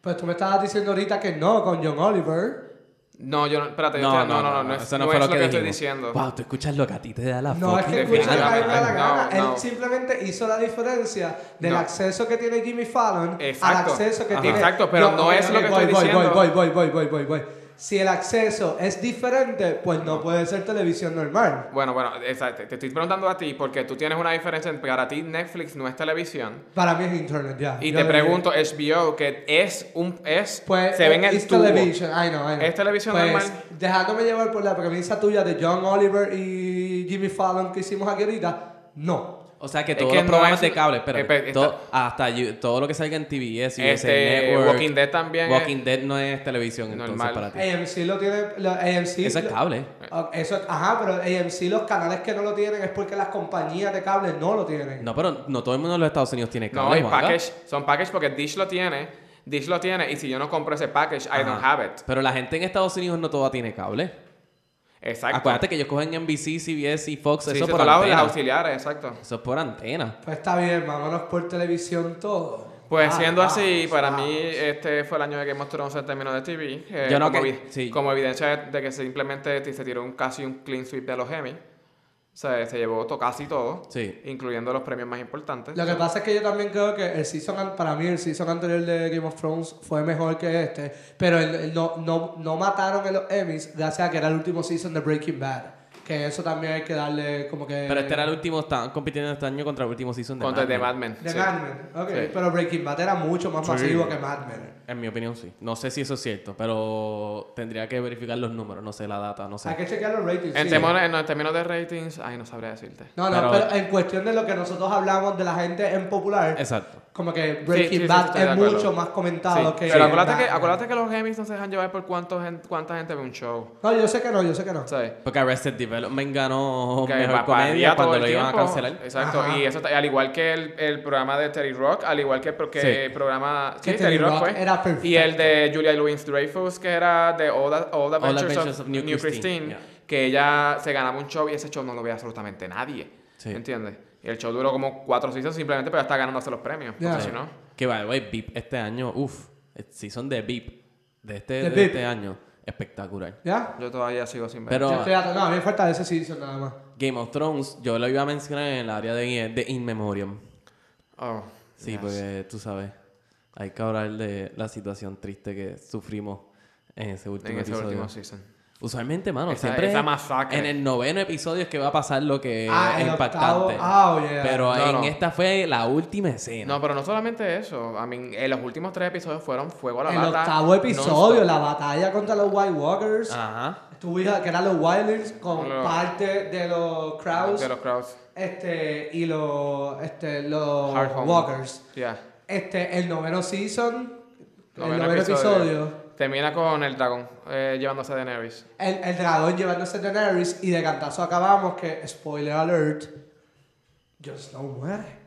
Pues tú me estabas diciendo ahorita que no con John Oliver.
No, yo no. Espérate, yo estoy- no, no, no, no, es-
eso
no
fue
es
lo
que,
que,
estoy
dijimos.
diciendo.
Wow, tú escuchas lo que a ti te da la
No, es que
fucking
escucha lo que a
gana,
mí me da la
man.
gana.
No, no.
Él simplemente hizo la diferencia del
No.
acceso que tiene Jimmy Fallon al
Exacto.
acceso que
Ajá.
tiene.
Exacto, pero no
ok,
es lo
ok,
que
voy,
estoy
voy,
diciendo.
Voy, voy, voy, voy, voy, voy. Si el acceso es diferente, pues no puede ser televisión normal.
Bueno, bueno, exacto. Te estoy preguntando a ti porque tú tienes una diferencia entre para ti Netflix no es televisión.
Para mí es internet, ya.
Y
Yo
te
le-
pregunto HBO que es un es
Pues,
se ven
eh,
el
it's
tubo.
television, I know, I know.
Es televisión
Pues,
normal.
Dejándome llevar por la premisa tuya de John Oliver y Jimmy Fallon que hicimos aquí ahorita, no.
O sea que
Es
todos
que
los
no
programas
es-
de cable, espérate,
Espera, está-
todo- hasta you- todo lo que salga en TBS, USA
Este,
Network,
Walking Dead también
Walking Dead no es televisión
Normal.
entonces para ti.
AMC lo tiene, lo- AMC.
Eso es cable.
Ah, eso es- ajá, pero AMC los canales que no lo tienen es porque las compañías de cable no lo tienen.
No, pero no todo el mundo en los Estados Unidos tiene
No,
cable.
y
Juanga.
package. Son package porque Dish lo tiene. Dish lo tiene. Y si yo no compro ese package, I don't
Ajá.
have it.
Pero la gente en Estados Unidos no toda tiene cable.
Exacto.
Acuérdate que ellos cogen NBC, CBS y Fox,
Sí,
eso
se
por
hablaba de
antena.
las auxiliares, exacto.
Eso es por antena.
Pues está bien, vámonos por televisión todo.
Pues
Ah, pues.
siendo así,
vamos,
para
vamos.
mí este fue el año de Game of Thrones en términos de TV. eh,
Yo no
como,
que-
evi-
sí.
este, como evidencia de que simplemente se tiró un, casi un clean sweep de los Emmy. se, se llevó to- casi todo,
Sí.
incluyendo los premios más importantes.
Lo que pasa es que yo también creo que el season, an- para mí el season anterior de Game of Thrones fue mejor que este, pero el- el no, no, no mataron en los Emmys gracias a que era el último season de Breaking Bad. Que eso también hay que darle como que...
Pero este era el último, estaban compitiendo este año contra el último season de
Eh. contra
Mad
The
Men.
Mad Men.
De
sí.
Mad Men, ok.
Sí.
Pero Breaking Bad era mucho más masivo que Mad Men.
En mi opinión, sí. No sé si eso es cierto, pero tendría que verificar los números, no sé la data, no sé.
Hay que chequear los ratings.
En,
sí.
términos, en, en términos de ratings, ay, no sabría decirte.
No, no,
Pero-
pero, en cuestión de lo que nosotros hablamos de la gente en popular,
Exacto.
como que
sí,
Breaking
sí,
Bad
estoy de
es
acuerdo.
mucho más comentado
Sí.
que.
Pero acuérdate que,
Batman.
acuérdate que los Emmys no se dejan llevar por cuánto gen- cuánta gente ve un show.
No, yo sé que no, yo sé que no.
¿Sabes?
Porque Arrested Development ganó
Que
mejor
va-
comedia
paría todo
cuando
el
lo iban a
tiempo.
cancelar.
Exacto.
Ajá.
Y eso, ta- al igual que el, el programa de Terry Rock, al igual que el pro- que
Sí.
el programa.
Que
sí,
Terry
Terry Rock,
Rock
fue.
era perfecto.
Y el de Julia Louis Dreyfus, que era de All, the- All the Adventures, of, New, Christine,
yeah.
que ella se ganaba un show y ese show no lo veía absolutamente nadie.
Sí.
¿Entiendes? Y el show duró como cuatro seasons simplemente, pero está ganándose los premios.
Yeah.
Porque
Sí.
si no.
Que by the way, Beep este año, uff, el season de Beep de este,
De
de
Veep.
este año, espectacular.
¿Ya?
Yo todavía sigo sin ver.
Pero-
Yo estoy atrás. No, a mí me falta ese season nada más.
Game of Thrones, yo lo iba a mencionar en el área de, de In Memoriam.
Oh,
Sí,
yes.
porque tú sabes, hay que hablar de la situación triste que sufrimos en ese último
En ese
episodio.
último season.
Usualmente, mano,
Esa-
siempre
esa masacre.
en el noveno episodio es que va a pasar lo
Eh,
que
Ah,
es
el
impactante.
octavo. Ah, oh, yeah.
Pero
No,
en
no.
esta fue la última escena.
No, pero no solamente eso. I mean, en los últimos tres episodios fueron fuego a la
El
lata.
octavo episodio,
nonstop. Ah.
la batalla contra los White Walkers.
Ajá.
Tu hija, que eran los Wildlings, con
Los-
parte de los Crowds.
De los crowds.
Este, y los. Este, los
Hard Home.
Walkers.
Yeah.
Este, el noveno season. el
Noveno
noveno
episodio.
episodio.
Termina con el dragón eh, llevándose a Daenerys.
El, el dragón llevándose a Daenerys y de cantazo acabamos que, spoiler alert, Jon Snow muere.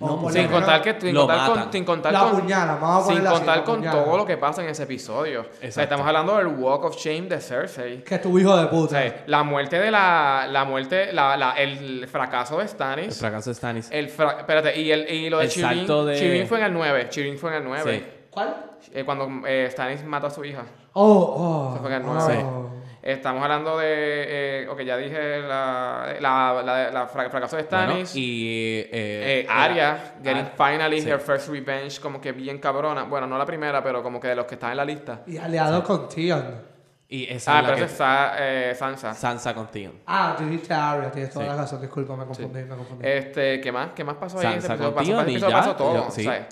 O
No,
por lo
sí,
Sin
menos
contar, que, sin
Lo
contar
matan.
con, sin contar
La
con-
puñala, vamos a
sin
ponerla así,
contar
la
con
puñala.
todo lo que pasa en ese episodio. O
Exacto.
sea, estamos hablando del Walk of Shame de Cersei.
Que es tu hijo de
O
puta.
sea, la muerte de la... La muerte... La, la- el fracaso de
El
Stannis.
fracaso de Stannis.
El fra- Espérate, y, el, y lo de
El
Chirin.
salto de-
Chirin fue en el 9. Chirin fue en el 9.
¿Cuál?
Eh, cuando eh, Stannis mató a su hija.
Oh, oh.
Eso fue que el
oh.
nuevo. Estamos hablando de... eh, ok, ya dije la... La, la, la fra- fracaso de
Bueno,
Stannis.
y eh,
Eh, Aria, getting
Ar-
finally
sí.
her first revenge, como que bien cabrona. Bueno, no la primera, pero como que de los que están en la lista.
Y aliado con Tion.
y esa
Ah,
es la
pero
que
esa es Sa- eh, Sansa.
Sansa contigo.
Ah, tú dijiste Arya, tienes toda
Sí.
la razón, disculpa, me confundí, me confundí.
Este, ¿qué más? ¿Qué más pasó ahí? en ese
Sansa con
episodio? pasó,
Theon y
episodio
ya,
pasó todo,
y lo- sí.
¿sabes?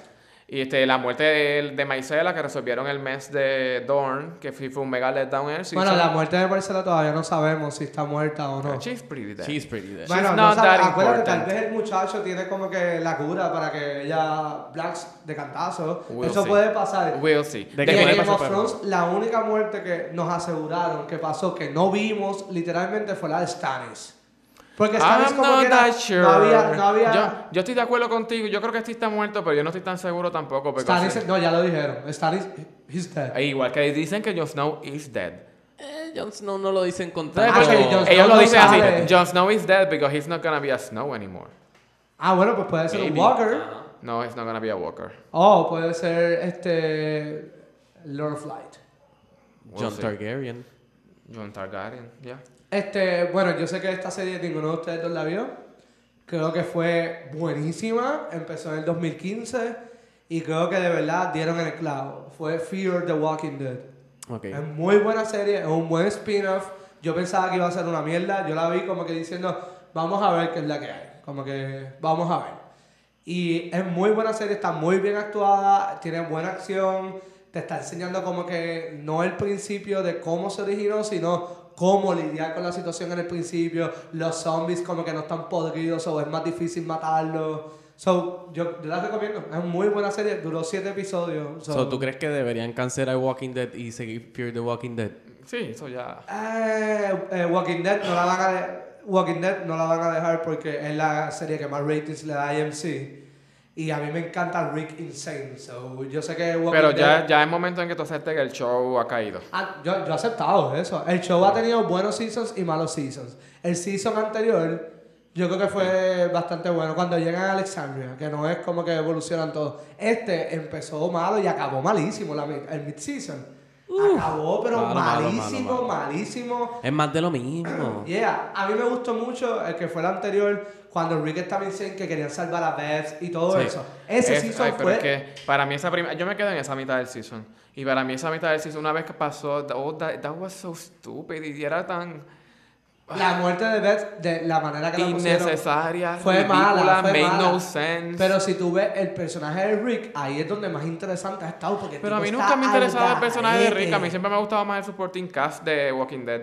Y este, la muerte de, de Maicela, que resolvieron el mes de Dorn, que fue, fue un mega letdown en el
bueno,
season.
la muerte de Marcela todavía no sabemos si está muerta o no.
She's pretty dead.
She's pretty dead.
Bueno,
she's
no
not
sabes,
that
acuérdate, tal
important.
vez el muchacho tiene como que la cura para que ella blacks de cantazo.
We'll
Eso
see.
puede pasar.
We'll see.
¿De
Y
qué
Después-
en
puede
Game
pasar,
of
pero-
Thrones, la única muerte que nos aseguraron que pasó, que no vimos, literalmente fue la de Stannis. Porque Stannis
I'm
como
not
que
that
era,
sure.
no había, no había-
yo, yo estoy de acuerdo contigo. Yo creo que este está muerto, pero yo no estoy tan seguro tampoco. porque
Stannis,
sí.
no, ya lo dijeron. Stannis, he's dead.
E Igual que dicen que Jon Snow is dead.
Eh, Jon Snow no lo dicen con
¿Sabes?
Ah,
tanto-
que
Porque
Jon
ellos
Snow
lo
no
dicen
sabe.
así. Jon Snow is dead because he's not gonna be a Snow anymore.
Ah, bueno, pues puede ser un
Maybe.
Walker.
No, he's not gonna be a Walker.
O puede ser este. Lord of Light.
We'll
Jon
see.
Targaryen.
Jon Targaryen, yeah.
Este, bueno, yo sé que esta serie ninguno de ustedes dos la vio. Creo que fue buenísima. Empezó en el 2015 y creo que de verdad dieron en el clavo. Fue Fear the Walking Dead.
Ok.
Es muy buena serie, es un buen spin-off. Yo pensaba que iba a ser una mierda. Yo la vi como que diciendo, vamos a ver qué es la que hay. Como que, vamos a ver. Y es muy buena serie, está muy bien actuada, tiene buena acción, te está enseñando como que no el principio de cómo se originó, sino cómo lidiar con la situación en el principio. Los zombies como que no están podridos o es más difícil matarlos. So, yo, yo la recomiendo, es muy buena serie, duró siete episodios. so-
So, ¿Tú crees que deberían cancelar Walking Dead y seguir Fear the Walking Dead?
Sí, eso ya.
Eh, eh, Walking Dead no la van a de- Walking Dead no la van a dejar porque es la serie que más ratings le da a AMC. Y a mí me encanta Rick Insane. So, yo sé que Walking
Pero ya,
Dead-
ya es momento en que tú aceptes que el show ha caído.
Ah, yo, yo he aceptado eso. El show ha tenido buenos seasons y malos seasons. El season anterior yo creo que fue bastante bueno. Cuando llegan a Alexandria, que no es como que evolucionan todos. Este empezó malo y acabó malísimo la, mid- el mid-season. Acabó, pero
Malo, malo, malo,
malísimo,
malo.
malísimo.
Es más de lo mismo.
Yeah, a mí me gustó mucho el que fue el anterior, cuando Rick estaba diciendo que querían salvar a Beth y todo
Sí.
eso. Ese
Es-
season
ay, pero
fue...
es que para mí esa primera... Yo me quedo en esa mitad del season. Y para mí esa mitad del season, una vez que pasó, oh, that, that was so stupid. Y era tan
La muerte de Beth, de la manera que la pusieron...
innecesaria,
Fue
ridícula,
mala, fue
made
mala.
no sense.
Pero si tú ves el personaje de Rick, ahí es donde más interesante ha estado. Porque el
Pero a
tipo
mí
está
nunca me interesaba el
al
personaje de
garete.
Rick. A mí siempre me ha gustado más el supporting cast de Walking Dead.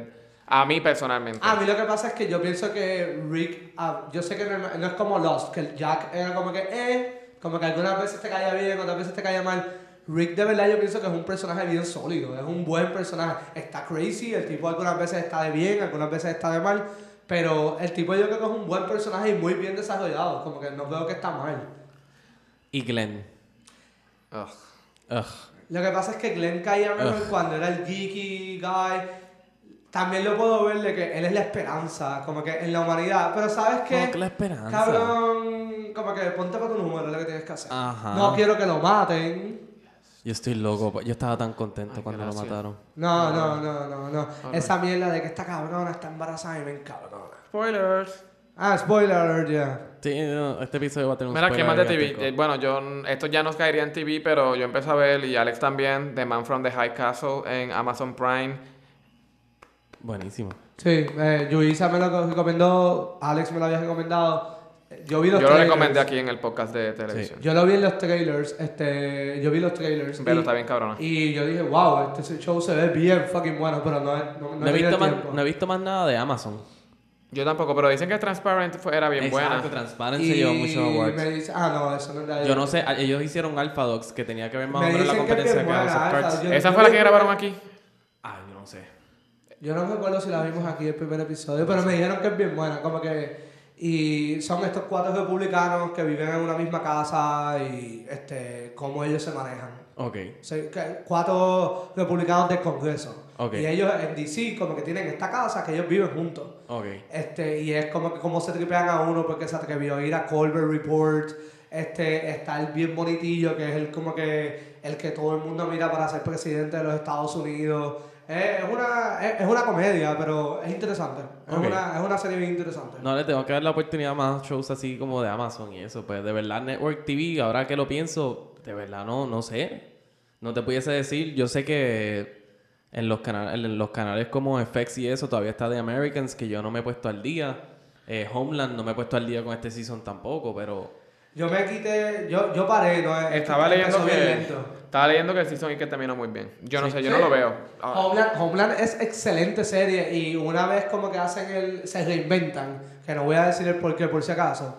A mí personalmente.
Ah, A mí lo que pasa es que yo pienso que Rick, ah, yo sé que no, no es como Lost, que el Jack era como que, eh, como que algunas veces te caía bien, otras veces te caía mal. Rick de verdad yo pienso que es un personaje bien sólido, es un buen personaje. Está crazy, el tipo algunas veces está de bien, algunas veces está de mal, pero el tipo yo creo que es un buen personaje y muy bien desarrollado, como que no veo que está mal.
Y Glenn.
Ugh.
Ugh.
Lo que pasa es que Glenn caía mejor cuando era el geeky guy. También lo puedo ver de que él es la esperanza, como que en la humanidad. Pero ¿sabes qué?
No, que la esperanza.
Cabrón, como que ponte para tu número, es lo que tienes que hacer.
Ajá.
No quiero que lo maten.
Yo estoy loco. pa- Yo estaba tan contento cuando
gracias.
lo mataron.
No, no, no, no, no. Esa mierda de que esta cabrona está embarazada y me encabrona.
Spoilers.
Ah, spoiler alert, ya.
Sí, no, este episodio va a tener un
Mira, ¿qué más de
spoiler
TV?
gigantesco.
Eh, bueno, yo, n- esto ya nos caería en TV, pero yo empecé a ver, y Alex también, The Man from the High Castle en Amazon Prime.
Buenísimo.
Sí, eh, Yuisa me lo recomendó, Alex me lo había recomendado. Eh, Yo vi
Yo
los
lo
trailers.
recomendé aquí en el podcast de televisión.
Yo lo vi en los trailers, este, yo vi los trailers.
Pero
y-
está bien cabrona.
Y yo dije, wow, este show se ve bien fucking bueno, pero no, no,
No
no,
he,
tenía
visto más,
tiempo.
no he visto más nada de Amazon.
Yo tampoco, pero dicen que Transparent fue- era bien
Exacto,
buena.
Transparency llevó muchos awards.
me dice, ah, no, eso no es la
Yo no sé, a- ellos hicieron Alpha Dogs que tenía que ver más
Me
o menos la
dicen que es
competencia
bien
que House of
buena, Alpha
Cards.
Dogs.
Esa fue la que grabaron aquí.
Ay, yo no sé.
Yo no recuerdo si la vimos aquí el primer episodio, pero me dijeron que es bien buena, como que... Y son estos cuatro republicanos que viven en una misma casa y este, cómo ellos se manejan.
Ok.
Sí, que- cuatro republicanos del Congreso.
Ok.
Y ellos en DC como que tienen esta casa que ellos viven juntos.
Ok.
Este, y es como que como se tripean a uno porque se atrevió a ir a Colbert Report. Este, está el bien bonitillo, que es el como que el que todo el mundo mira para ser presidente de los Estados Unidos. Eh, Es, una, es, es una comedia, pero es interesante. Es,
Ok.
una, es una serie bien interesante.
No, le tengo que dar la oportunidad a más shows así como de Amazon y eso. Pues de verdad, Network TV, ahora que lo pienso, de verdad no, no sé. No te pudiese decir. Yo sé que en los, canales en los canales como FX y eso todavía está The Americans, que yo no me he puesto al día. Eh, Homeland no me he puesto al día con este season tampoco, pero...
Yo me quité, yo, yo paré, ¿no? Es-
Estaba
empezó
leyendo
bien
que...
lento.
Estaba leyendo que el season y que terminó muy bien. Yo no sé, yo
Sí.
no lo veo. Ah,
Homeland, Homeland es excelente serie y una vez como que hacen el... se reinventan, que no voy a decir el porqué por si acaso,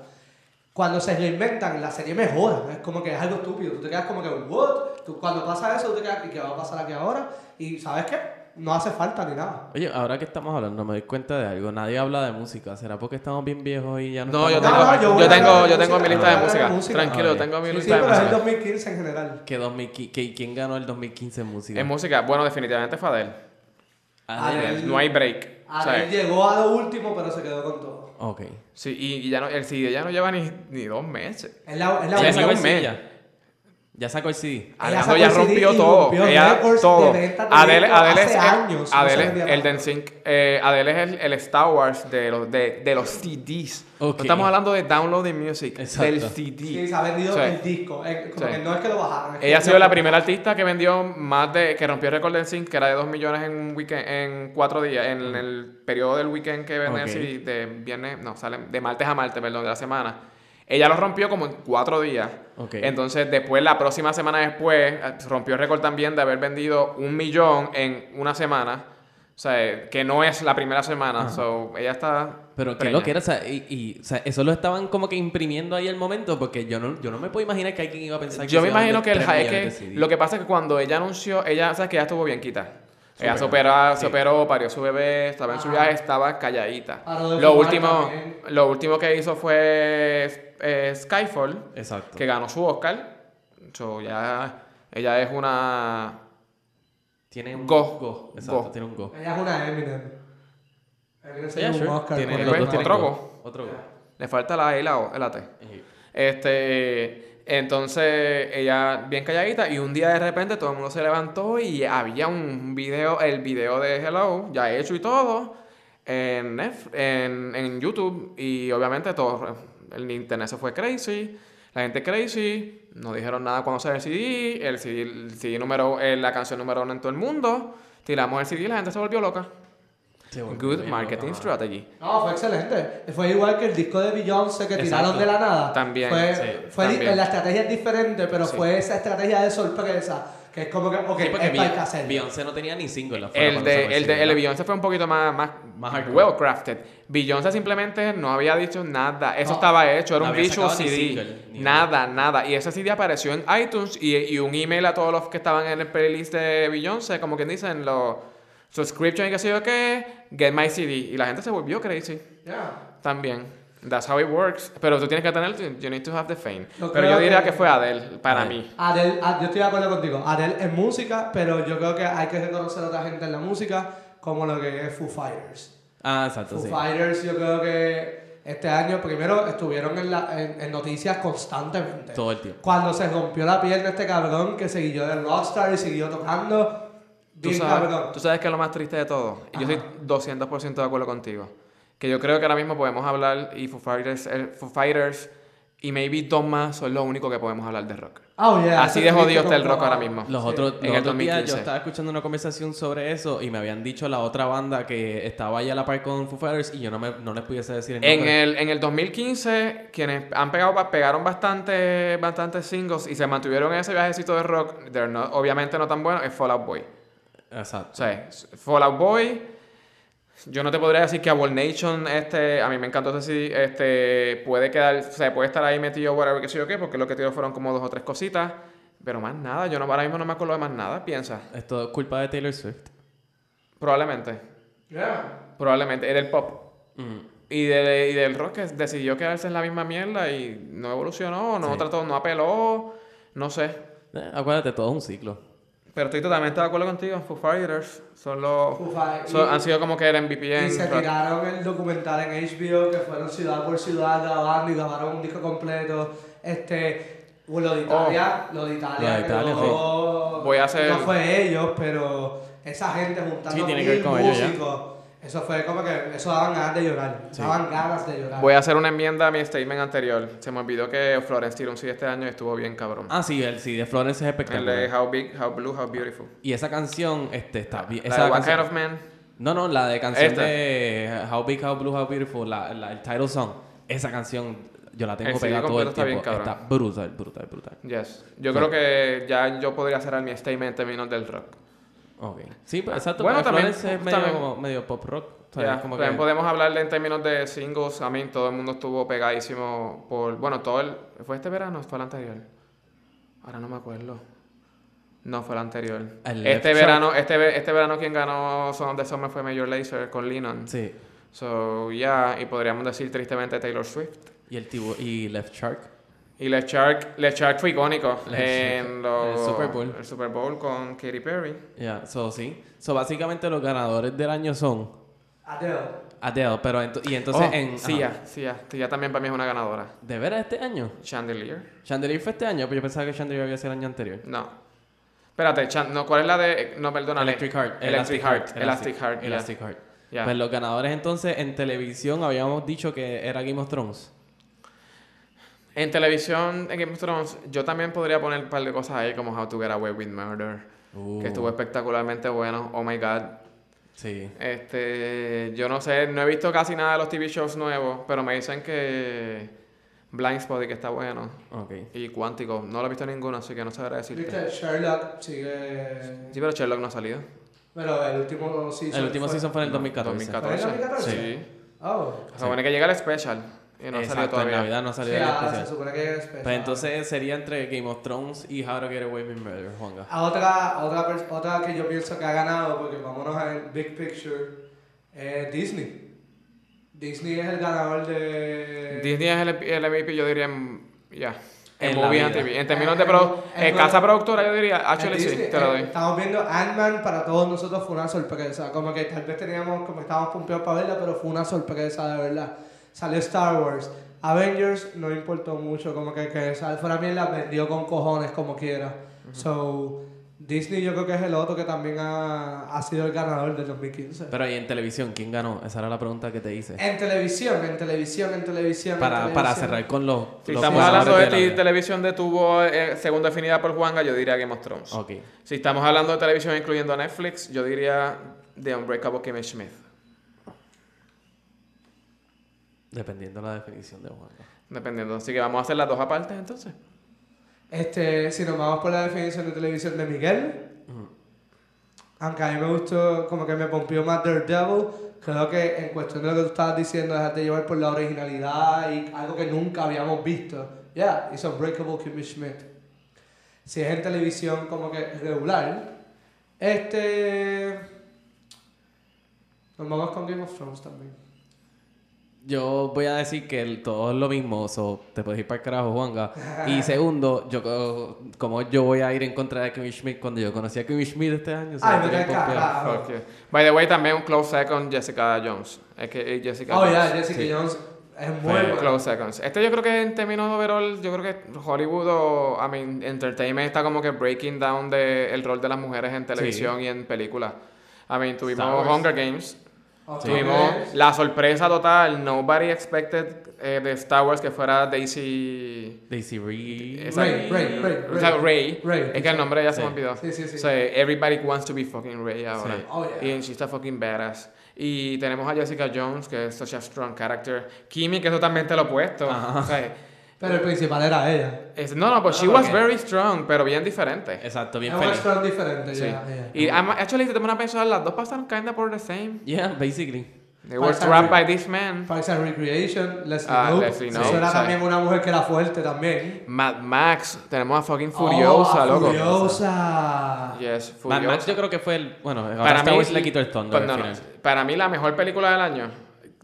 cuando se reinventan la serie mejora, es como que es algo estúpido, tú te quedas como que, what? Tú, cuando pasa eso, tú te quedas, ¿y qué va a pasar aquí ahora? Y ¿sabes qué? No hace falta ni nada.
Oye, ahora que estamos hablando, me doy cuenta de algo. Nadie habla de música. ¿Será porque estamos bien viejos y ya no
No, yo
estamos-
tengo,
No, no, yo voy a
yo tengo,
hablar de
yo tengo mi
música,
lista
voy a
de
hablar de
música.
música.
Tranquilo,
Ok.
tengo mi
Sí, sí,
lista de
pero es el
música.
2015 en general.
que 2015 que- ¿Quién ganó el 2015 en música? Ah,
En música, bueno, definitivamente fue Adele.
Adele.
Adele.
No hay break. O sea,
Adele Ah, llegó a lo último, pero se quedó con todo.
Ok.
sí, y, y ya no, el CD ya no lleva ni, ni dos meses.
Es la, es la
Ya
Ella
sacó el
un
CD.
mes.
ya. Ya sacó el CD.
Ella
Alejandro
sacó
ya
el CD
rompió
y
todo.
rompió
ella,
récords de
todo.
ventas de
Adele,
discos
Adele
hace
es,
años, no se
Adele,
vendía
el
tanto.
Dancing. eh, Adele es el, el Star Wars de los, de, de los CDs.
Ok.
No estamos hablando de downloading music,
Exacto.
del CD.
Sí, se ha vendido
O sea,
el disco. eh, como
sí.
que no es que lo bajaron. es que
Ella ha sido la
lo-
primera artista que vendió más de. que rompió el récord de Sync, que era de 2 millones en un weekend, en 4 días, en el periodo del weekend que venden
Ok.
así, de viernes, no, salen de martes a martes, perdón, de la semana. Ella lo rompió como en 4 días.
Ok.
Entonces, después, la próxima semana después, eh, rompió el récord también de haber vendido un millón en una semana. O sea, eh, que no es la primera semana. So, ella está.
Pero qué
preña.
lo que era, o sea, y, y, o sea, eso lo estaban como que imprimiendo ahí al momento, porque yo no, yo no me puedo imaginar que alguien iba a pensar
Yo me
se iba a
imagino que el
vender tres
hype
millones
que-
de CD.
Lo que pasa es que cuando ella anunció, ella, sabes que ella estuvo bien quita.
Súper.
Ella se, opera- se
Sí.
operó, parió su bebé, estaba en su
Ajá.
viaje, estaba calladita.
Paró de
Lo
fumar
último,
también.
lo último que hizo fue eh, Skyfall,
Exacto.
que ganó su Oscar. So, ya, ella es una...
Tiene un
Go.
Exacto,
Go.
tiene un go.
Ella es una Eminem. Eminem se
Yeah,
llevó un
sure.
Oscar.
Tiene-
por
los
el
dos
tema.
tienen
tienen otro
go. Otro go.
Le falta la E y la O, el AT.
Eh,
Este, entonces ella bien calladita y un día de repente todo el mundo se levantó y había un video, el video de Hello, ya hecho y todo, en, Netf- en, en YouTube y obviamente todo, el internet se fue crazy, la gente crazy, no dijeron nada cuando salió el CD, el CD, el CD número, eh, la canción número uno en todo el mundo, tiramos el CD y la gente se volvió loca. Good marketing strategy.
No, fue excelente. Fue igual que el disco de Beyoncé que
Exacto.
tiraron de la nada.
También,
Fue,
sí,
fue di-
también.
la estrategia es diferente, pero
Sí.
fue esa estrategia de sorpresa. Que es como que, ok,
Sí, porque
es para el cassette.
Bey- Beyoncé no tenía ni single la
El de, el de el de Beyoncé fue un poquito más, más,
Más hardcore.
well crafted. Beyoncé simplemente no había dicho nada. Eso
No.
estaba hecho, era
No
un
había
visual
sacado
CD.
ni single, ni
nada, nada. Y ese CD apareció en iTunes y, y un email a todos los que estaban en el playlist de Beyoncé, como quien dicen, los subscription y qué sé yo qué, get my CD. Y la gente se volvió crazy
Yeah.
también. That's how it works. Pero tú tienes que tener, you need to have the fame.
Yo
Pero
creo
yo diría
que-
que fue Adele, para
Adele.
mí.
Adele, ah, yo estoy de acuerdo contigo. Adele es música, pero yo creo que hay que reconocer a otra gente en la música, como lo que es Foo Fighters.
Ah, exacto,
Foo
sí.
Fighters, yo creo que este año, primero, estuvieron en, la- en- en noticias constantemente.
Todo el tiempo.
Cuando se rompió la pierna este cabrón que siguió de Rockstar y siguió tocando.
Tú
Bien
sabes,
cabrón.
tú sabes que es lo más triste de todo. Y yo estoy 200% de acuerdo contigo. Que yo creo que ahora mismo podemos hablar y Foo Fighters, eh, Foo Fighters y maybe dos más son lo único que podemos hablar de rock.
Oh, yeah,
Así
eso
de
es
jodido está el rock
comprobado.
ahora mismo.
Los
Sí.
otros,
En
los
el
otros días
2015.
yo estaba escuchando una conversación sobre eso y me habían dicho la otra banda que estaba allá a la par con Foo Fighters y yo no, me, no les pudiese decir el
En
nombre.
el, en el 2015, quienes han pegado, ba- pegaron bastante, bastantes singles y se mantuvieron en ese viajecito de rock, they're not- obviamente no tan bueno, es Fall Out Boy. O
Exacto.
sea, Fall Out Boy. Yo no te podría decir que Abol Nation, este, a mí me encantó ese CD, este, puede quedar, o sea, puede estar ahí metido, whatever, qué sé yo qué, porque lo que tiró fueron como dos o tres cositas, pero más nada, yo no, ahora mismo no me acuerdo de más nada, piensa,
Esto es culpa de Taylor Swift.
probablemente,
Yeah.
probablemente, era el pop.
Mm.
Y, de- y del rock que decidió quedarse en la misma mierda y no evolucionó, no
Sí.
trató, no apeló, no sé.
Eh, acuérdate, todo es un ciclo.
Pero estoy totalmente de acuerdo contigo, Foo Fighters son los,
Foo Fighters.
son- han sido como que el MVP en
Y se
rock.
tiraron el documental en HBO que fueron ciudad por ciudad grabando y grabaron un disco completo. Este, bueno, lo de Italia, lo de Italia,
Lo de
que
Italia,
no,
Oh. Voy a hacer-
no fue ellos, pero esa gente juntando
Sí, tiene que
mil
ver con ellos, ya.
músicos. eso fue como que eso daban ganas de llorar, daban ganas de llorar.
Voy a hacer una enmienda a mi statement anterior. Se me olvidó que Florence tiró un CD este año y estuvo bien cabrón.
Ah, sí, el CD de Florence es
el
espectacular.
de How Big, How Blue, How Beautiful.
Y esa canción este, está bien.
la
Esa
de One
canción-
Kind of Man.
No, no, la de canción
Esta.
de How Big, How Blue, How Beautiful, la, la- el title song. Esa canción yo la
El
tengo
CD
pegada todo el
completo está bien,
tiempo. Está,
cabrón.
brutal, brutal, brutal.
Yes. Yo creo que ya yo podría cerrar mi statement en términos del rock.
Ok. Sí, pues, exacto.
Bueno,
Bueno,
también-
también, es medio,
también-
como- medio pop rock. O sea,
Ya,
es como
también
que-
podemos hablarle en términos de singles. A mí todo el mundo estuvo pegadísimo por... Bueno, todo el... ¿Fue este verano o fue el anterior? Ahora no me acuerdo. No, fue el anterior.
El Left
este
Shark.
verano, este, ve- este verano quien ganó Son of the Summer fue Major Lazer con Lennon.
Sí.
So, yeah. Y podríamos decir tristemente Taylor Swift.
Y el tibu- y Left Shark.
Y Left Shark, Left Shark fue icónico
Left Shark.
en los-
El Super Bowl.
el Super Bowl con Katy Perry.
Ya, so sí. So básicamente los ganadores del año son
Adele.
Adele, pero ento- y entonces
Oh,
en
Sia,
ajá.
Sia. Sia también para mí es una ganadora.
¿De veras este año?
Chandelier.
Chandelier fue este año, pero yo pensaba que Chandelier había sido el año anterior.
No. Espérate, Chan- no, ¿cuál es la de...? No, perdona.
Electric Heart.
Electric Heart. Elastic
Elastic
Heart, yeah.
Elastic Heart.
Ya.
Pues los ganadores entonces en televisión habíamos dicho que era Game of Thrones.
En televisión, en Game of Thrones, yo también podría poner un par de cosas ahí como How to Get Away with Murder,
Uh.
que estuvo espectacularmente bueno. Oh my God.
Sí.
Este, yo no sé, no he visto casi nada de los TV shows nuevos, pero me dicen que Blindspot y que está bueno.
Ok.
Y Cuántico, no lo he visto ninguno, así que no sabré decirte.
Viste, Sherlock sigue.
Sí, pero Sherlock no ha salido.
Pero el último season.
El último
fue-
season fue en el 2014.
2014.
¿Fue en 2014?
Sí.
Oh.
Se supone que llega el special y no ha salido
Exacto, en
todavía. ah,
Navidad no
Sí,
salió el
ahora se
especial.
supone que es
Pues entonces sería entre Game of Thrones y How to Get Away with Murder, Juanga.
A otra, a otra, pers- otra que yo pienso que ha ganado, porque vámonos al Big Picture, eh, Disney. Disney es el ganador de...
Disney es el, el MVP, yo diría, en, ya, en,
En la
movies and
vida.
TV. En términos
Eh,
de pro,
eh,
eh,
no-
casa productora, yo diría,
de
actually sí,
Disney.
te lo
Eh,
doy.
Estamos viendo Ant-Man, para todos nosotros fue una sorpresa. Como que tal vez teníamos, como estábamos pumpeados para verla, pero fue una sorpresa de verdad. Salió Star Wars. Avengers no importó mucho, como que, que esa fuera mierda vendió con cojones como quiera. So, Disney yo creo que es el otro que también ha, ha sido el ganador del 2015.
Pero y en televisión, ¿quién ganó? Esa era la pregunta que te
Eh,
hice.
En televisión, en televisión, en televisión. en
Este. Para, para
televisión.
cerrar con los.
Si
los
estamos
ganadores
hablando de
la-
ti- televisión de tubo eh, segunda afinidad por Juanga, yo diría Game of Thrones.
Ok.
Si estamos hablando de televisión incluyendo Netflix, yo diría The Unbreakable Kimmy Smith.
Dependiendo la definición de Juan.
Dependiendo. Así que vamos a hacer las dos apartes entonces.
Este, si nos vamos por la definición de televisión de Miguel, aunque a mí me gustó, como que me pompió más Daredevil, creo que en cuestión de lo que tú estabas diciendo, dejarte llevar por la originalidad y algo que nunca habíamos visto. Yeah, it's Unbreakable Kimmy Schmidt. Si es en televisión como que regular, este... Nos vamos con Game of Thrones también.
Yo voy a decir que el- todo es lo mismo, so, te puedes ir para el carajo, Juanga. Y segundo, yo co- como yo voy a ir en contra de Kimmy Schmidt cuando yo conocí a Kimmy Schmidt este año. so,
Ay, me
estoy
cae
bien pompeado.
cagado. Ah,
Fuck you. By the way, también un close second Jessica Jones. Es que eh, Jessica
Oh,
Jones.
yeah, Jessica Jones es muy
Fue
buena.
Close seconds. Este yo creo que en términos overall, yo creo que Hollywood o, I mean, entertainment está como que breaking down de el rol de las mujeres en televisión y en películas. I mean,
Star
tuvimos
Wars.
Hunger Games,
Ok.
tuvimos la sorpresa total, nobody expected eh, de Star Wars que fuera Daisy...
Daisy Reed.
Esa-
Ray, Ray, Ray,
o sea, Ray.
Ray.
Es que el nombre ya se me olvidó.
Sí, sí, sí.
O sea, everybody wants to be fucking Ray ahora.
Sí.
Oh, yeah.
Y she está fucking badass. Y tenemos a Jessica Jones, que es such a strong character. Kimi, que es totalmente lo opuesto. O sea,
Pero el principal era ella.
es- no, no, but she
Ah,
was
ok.
very strong, pero bien diferente.
Exacto, bien
Es un
feliz.
restaurant diferente,
Sí.
ya, ya.
Y además, actually, si te pones a pensar, las dos pasaron kinda por the same.
Yeah, basically.
They were
Pasaron.
trapped by this man.
Parks and Recreation, Leslie
Ah,
Knope.
Leslie
Eso
Knope,
era
sí.
también una mujer que era fuerte también.
Mad Max. Tenemos a fucking
Oh,
Furiosa,
a
loco.
Furiosa.
Yes,
Mad
Furiosa.
Max yo creo que fue el... Bueno, ahora Star Wars le quitó el thunder
pues,
al
no, no.
final.
Para mí la mejor película del año.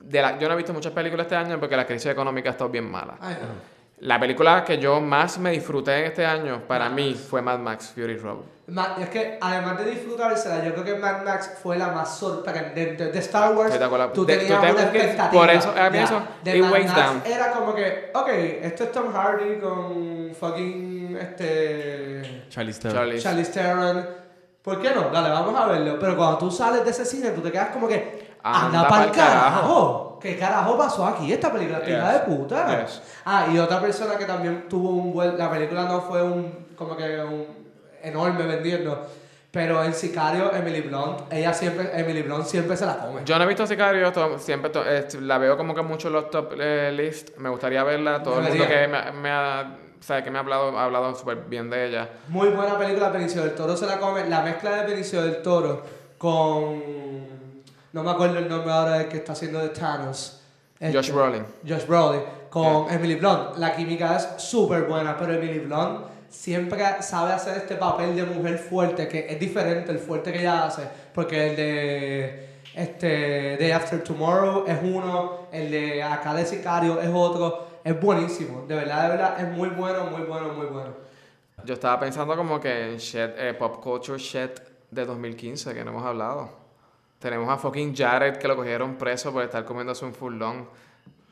De la- yo no he visto muchas películas este año porque la crisis económica ha estado bien mala.
Ay, no.
La película que yo más me disfruté este año para mí fue Mad Max Fury Road.
Ma- Es que además de disfrutársela, yo creo que Mad Max fue la más sorprendente. De Star Wars,
Estoy de acuerdo.
tú
Ah, De-
tenías
tú te-
una
es que
expectativa.
por eso- a mí
ya.
eso,
de
it
Mad
weighs
Max
down.
era como que, ok, esto es Tom Hardy con fucking este...
Charlie Stone.
Charlize.
Charlize Theron. ¿Por qué no? Dale, vamos a verlo. Pero cuando tú sales de ese cine, tú te quedas como que.
Anda
Anda, para
pa'l
el
carajo.
carajo. ¿Qué carajo pasó aquí? Esta película es tirada
Yes.
de puta.
Yes.
Ah, y otra persona que también tuvo un buen. La película no fue un. como que un. enorme vendiendo. Pero en Sicario, Emily Blunt, ella siempre. Emily Blunt siempre se la come.
Yo no he visto Sicario, to- siempre to- eh, la veo como que mucho en los top eh, list. Me gustaría verla. Todo el mundo
Debería.
que me, me ha, sabe, que me ha hablado ha hablado súper bien de ella.
Muy buena película, Benicio del Toro se la come. La mezcla de Benicio del Toro con. No me acuerdo el nombre ahora del que está haciendo de Thanos. Este,
Josh Brolin.
Josh Brolin con Emily Blunt. La química es súper buena, pero Emily Blunt siempre sabe hacer este papel de mujer fuerte, que es diferente el fuerte que ella hace, porque el de este, Day After Tomorrow es uno, el de Acá de Sicario es otro. Es buenísimo, de verdad, de verdad, es muy bueno, muy bueno, muy bueno.
Yo estaba pensando como que en shit, eh, pop culture shit de 2015 que no hemos hablado. Tenemos a fucking Jared que lo cogieron preso por estar comiéndose un furlón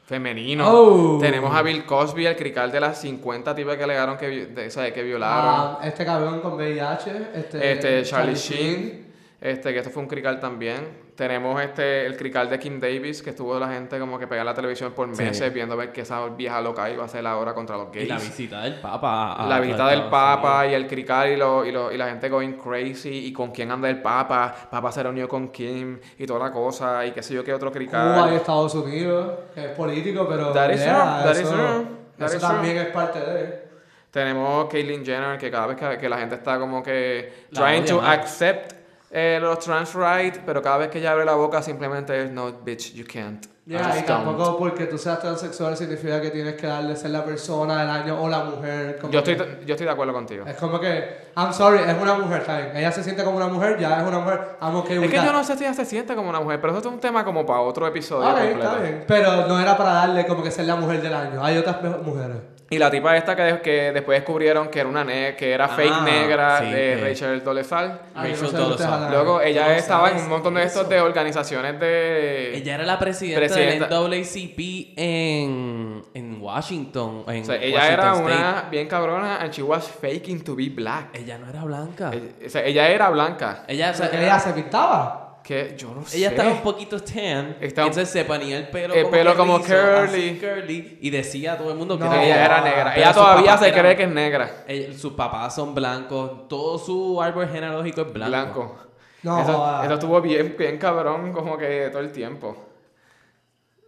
femenino.
Oh.
Tenemos a Bill Cosby, el crical de las 50 tipas que alegaron que, vi- de- ¿sabes? que violaron.
Ah, este cabrón con VIH, este,
este, Charlie
Sheen.
Sheen, este, que esto fue un crical también. Tenemos este, el crical de Kim Davis, que estuvo la gente como que pegada en la televisión por
Sí.
meses viendo ver que esa vieja loca iba a hacer ahora contra los
Y
gays
la visita del Papa.
Ah,
a- a-
la
a
visita del
Estados
Papa y el crical y, lo- y, lo- y la gente going crazy y con quién anda el Papa, Papa se reunió con Kim y toda la cosa y qué sé yo qué otro
Cuba y
crical.
Uh, Estados Unidos, que es político, pero
That is
yeah,
true, that is
eso,
true, that
eso
is true.
también es parte de
Tenemos Caitlyn Jenner que cada vez que, que la gente está como que
La
trying
odia
to
más.
accept eh, los trans rights, pero cada vez que ella abre la boca simplemente es no bitch you can't. I
Yeah, y
just don't".
tampoco porque tú seas transexual significa que tienes que darle ser la persona del año o la mujer. como
Yo
que-
estoy, yo estoy de acuerdo contigo.
Es como que, I'm sorry, es una mujer, está bien. Ella se siente como una mujer, ya es una mujer, I'm okay
Es
with
que
that.
yo no sé si ella se siente como una mujer, pero eso es un tema como para otro episodio
Ok,
completo.
está bien. Pero no era para darle como que ser la mujer del año. Hay otras pe- mujeres.
Y la tipa esta que, de- que después descubrieron que era una ne- que era
Ah,
fake negra
sí,
de
que-
Rachel Dolezal.
Rachel
yo no sé de
Dolezal.
ustedes hablan.
Luego ella
no
estaba en
sabes
un montón de estos
eso.
de organizaciones de
Ella era la presidenta,
eh, Presidenta.
del NAACP en, en Washington. En
O sea, ella era
Washington State.
una bien cabrona and she was faking to be black.
Ella no era blanca. Ella,
Ella, o sea, ella era blanca.
o sea,
¿Que
era-
ella se pintaba?
Que yo no sé.
ella estaba un poquito tan.
Estaba-
entonces se ponía el pelo
el
como,
pelo
que
como
rizo, así,
curly.
curly, Y decía a todo el mundo que
No.
Que ella era negra.
Pero
Ella
sus
todavía
papás
se
eran-
cree que es negra.
ella- sus papás son blancos. Todo su árbol genealógico es blanco.
Blanco.
No, ah.
Eso,
joda.
eso estuvo bien, bien cabrón como que todo el tiempo.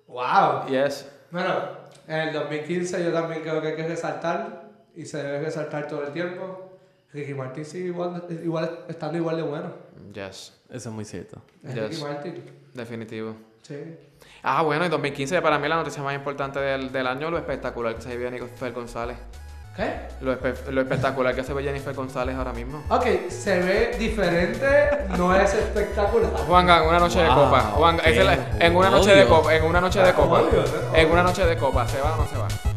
Wow.
Yes.
Bueno, en el 2015 yo también creo que hay que resaltar, y se debe resaltar todo el tiempo, Ricky Martin sigue igual, igual, estando igual de bueno.
Yes.
Eso es muy cierto.
Es
Yes.
Ricky Martin.
Definitivo.
Sí.
Ah, bueno, en 2015 para mí la noticia más importante del, del año, lo espectacular que se vio Jennifer González.
¿Qué?
Lo, espe- lo espectacular que se ve Jennifer González ahora mismo.
Ok, se ve diferente, no es espectacular.
Juan, en una noche de
Wow,
copa. Juan,
qué
esa es la- en una noche de
odio.
copa. En una noche de copa.
Odio, ¿no?
En una noche de copa. ¿Se va o no se va?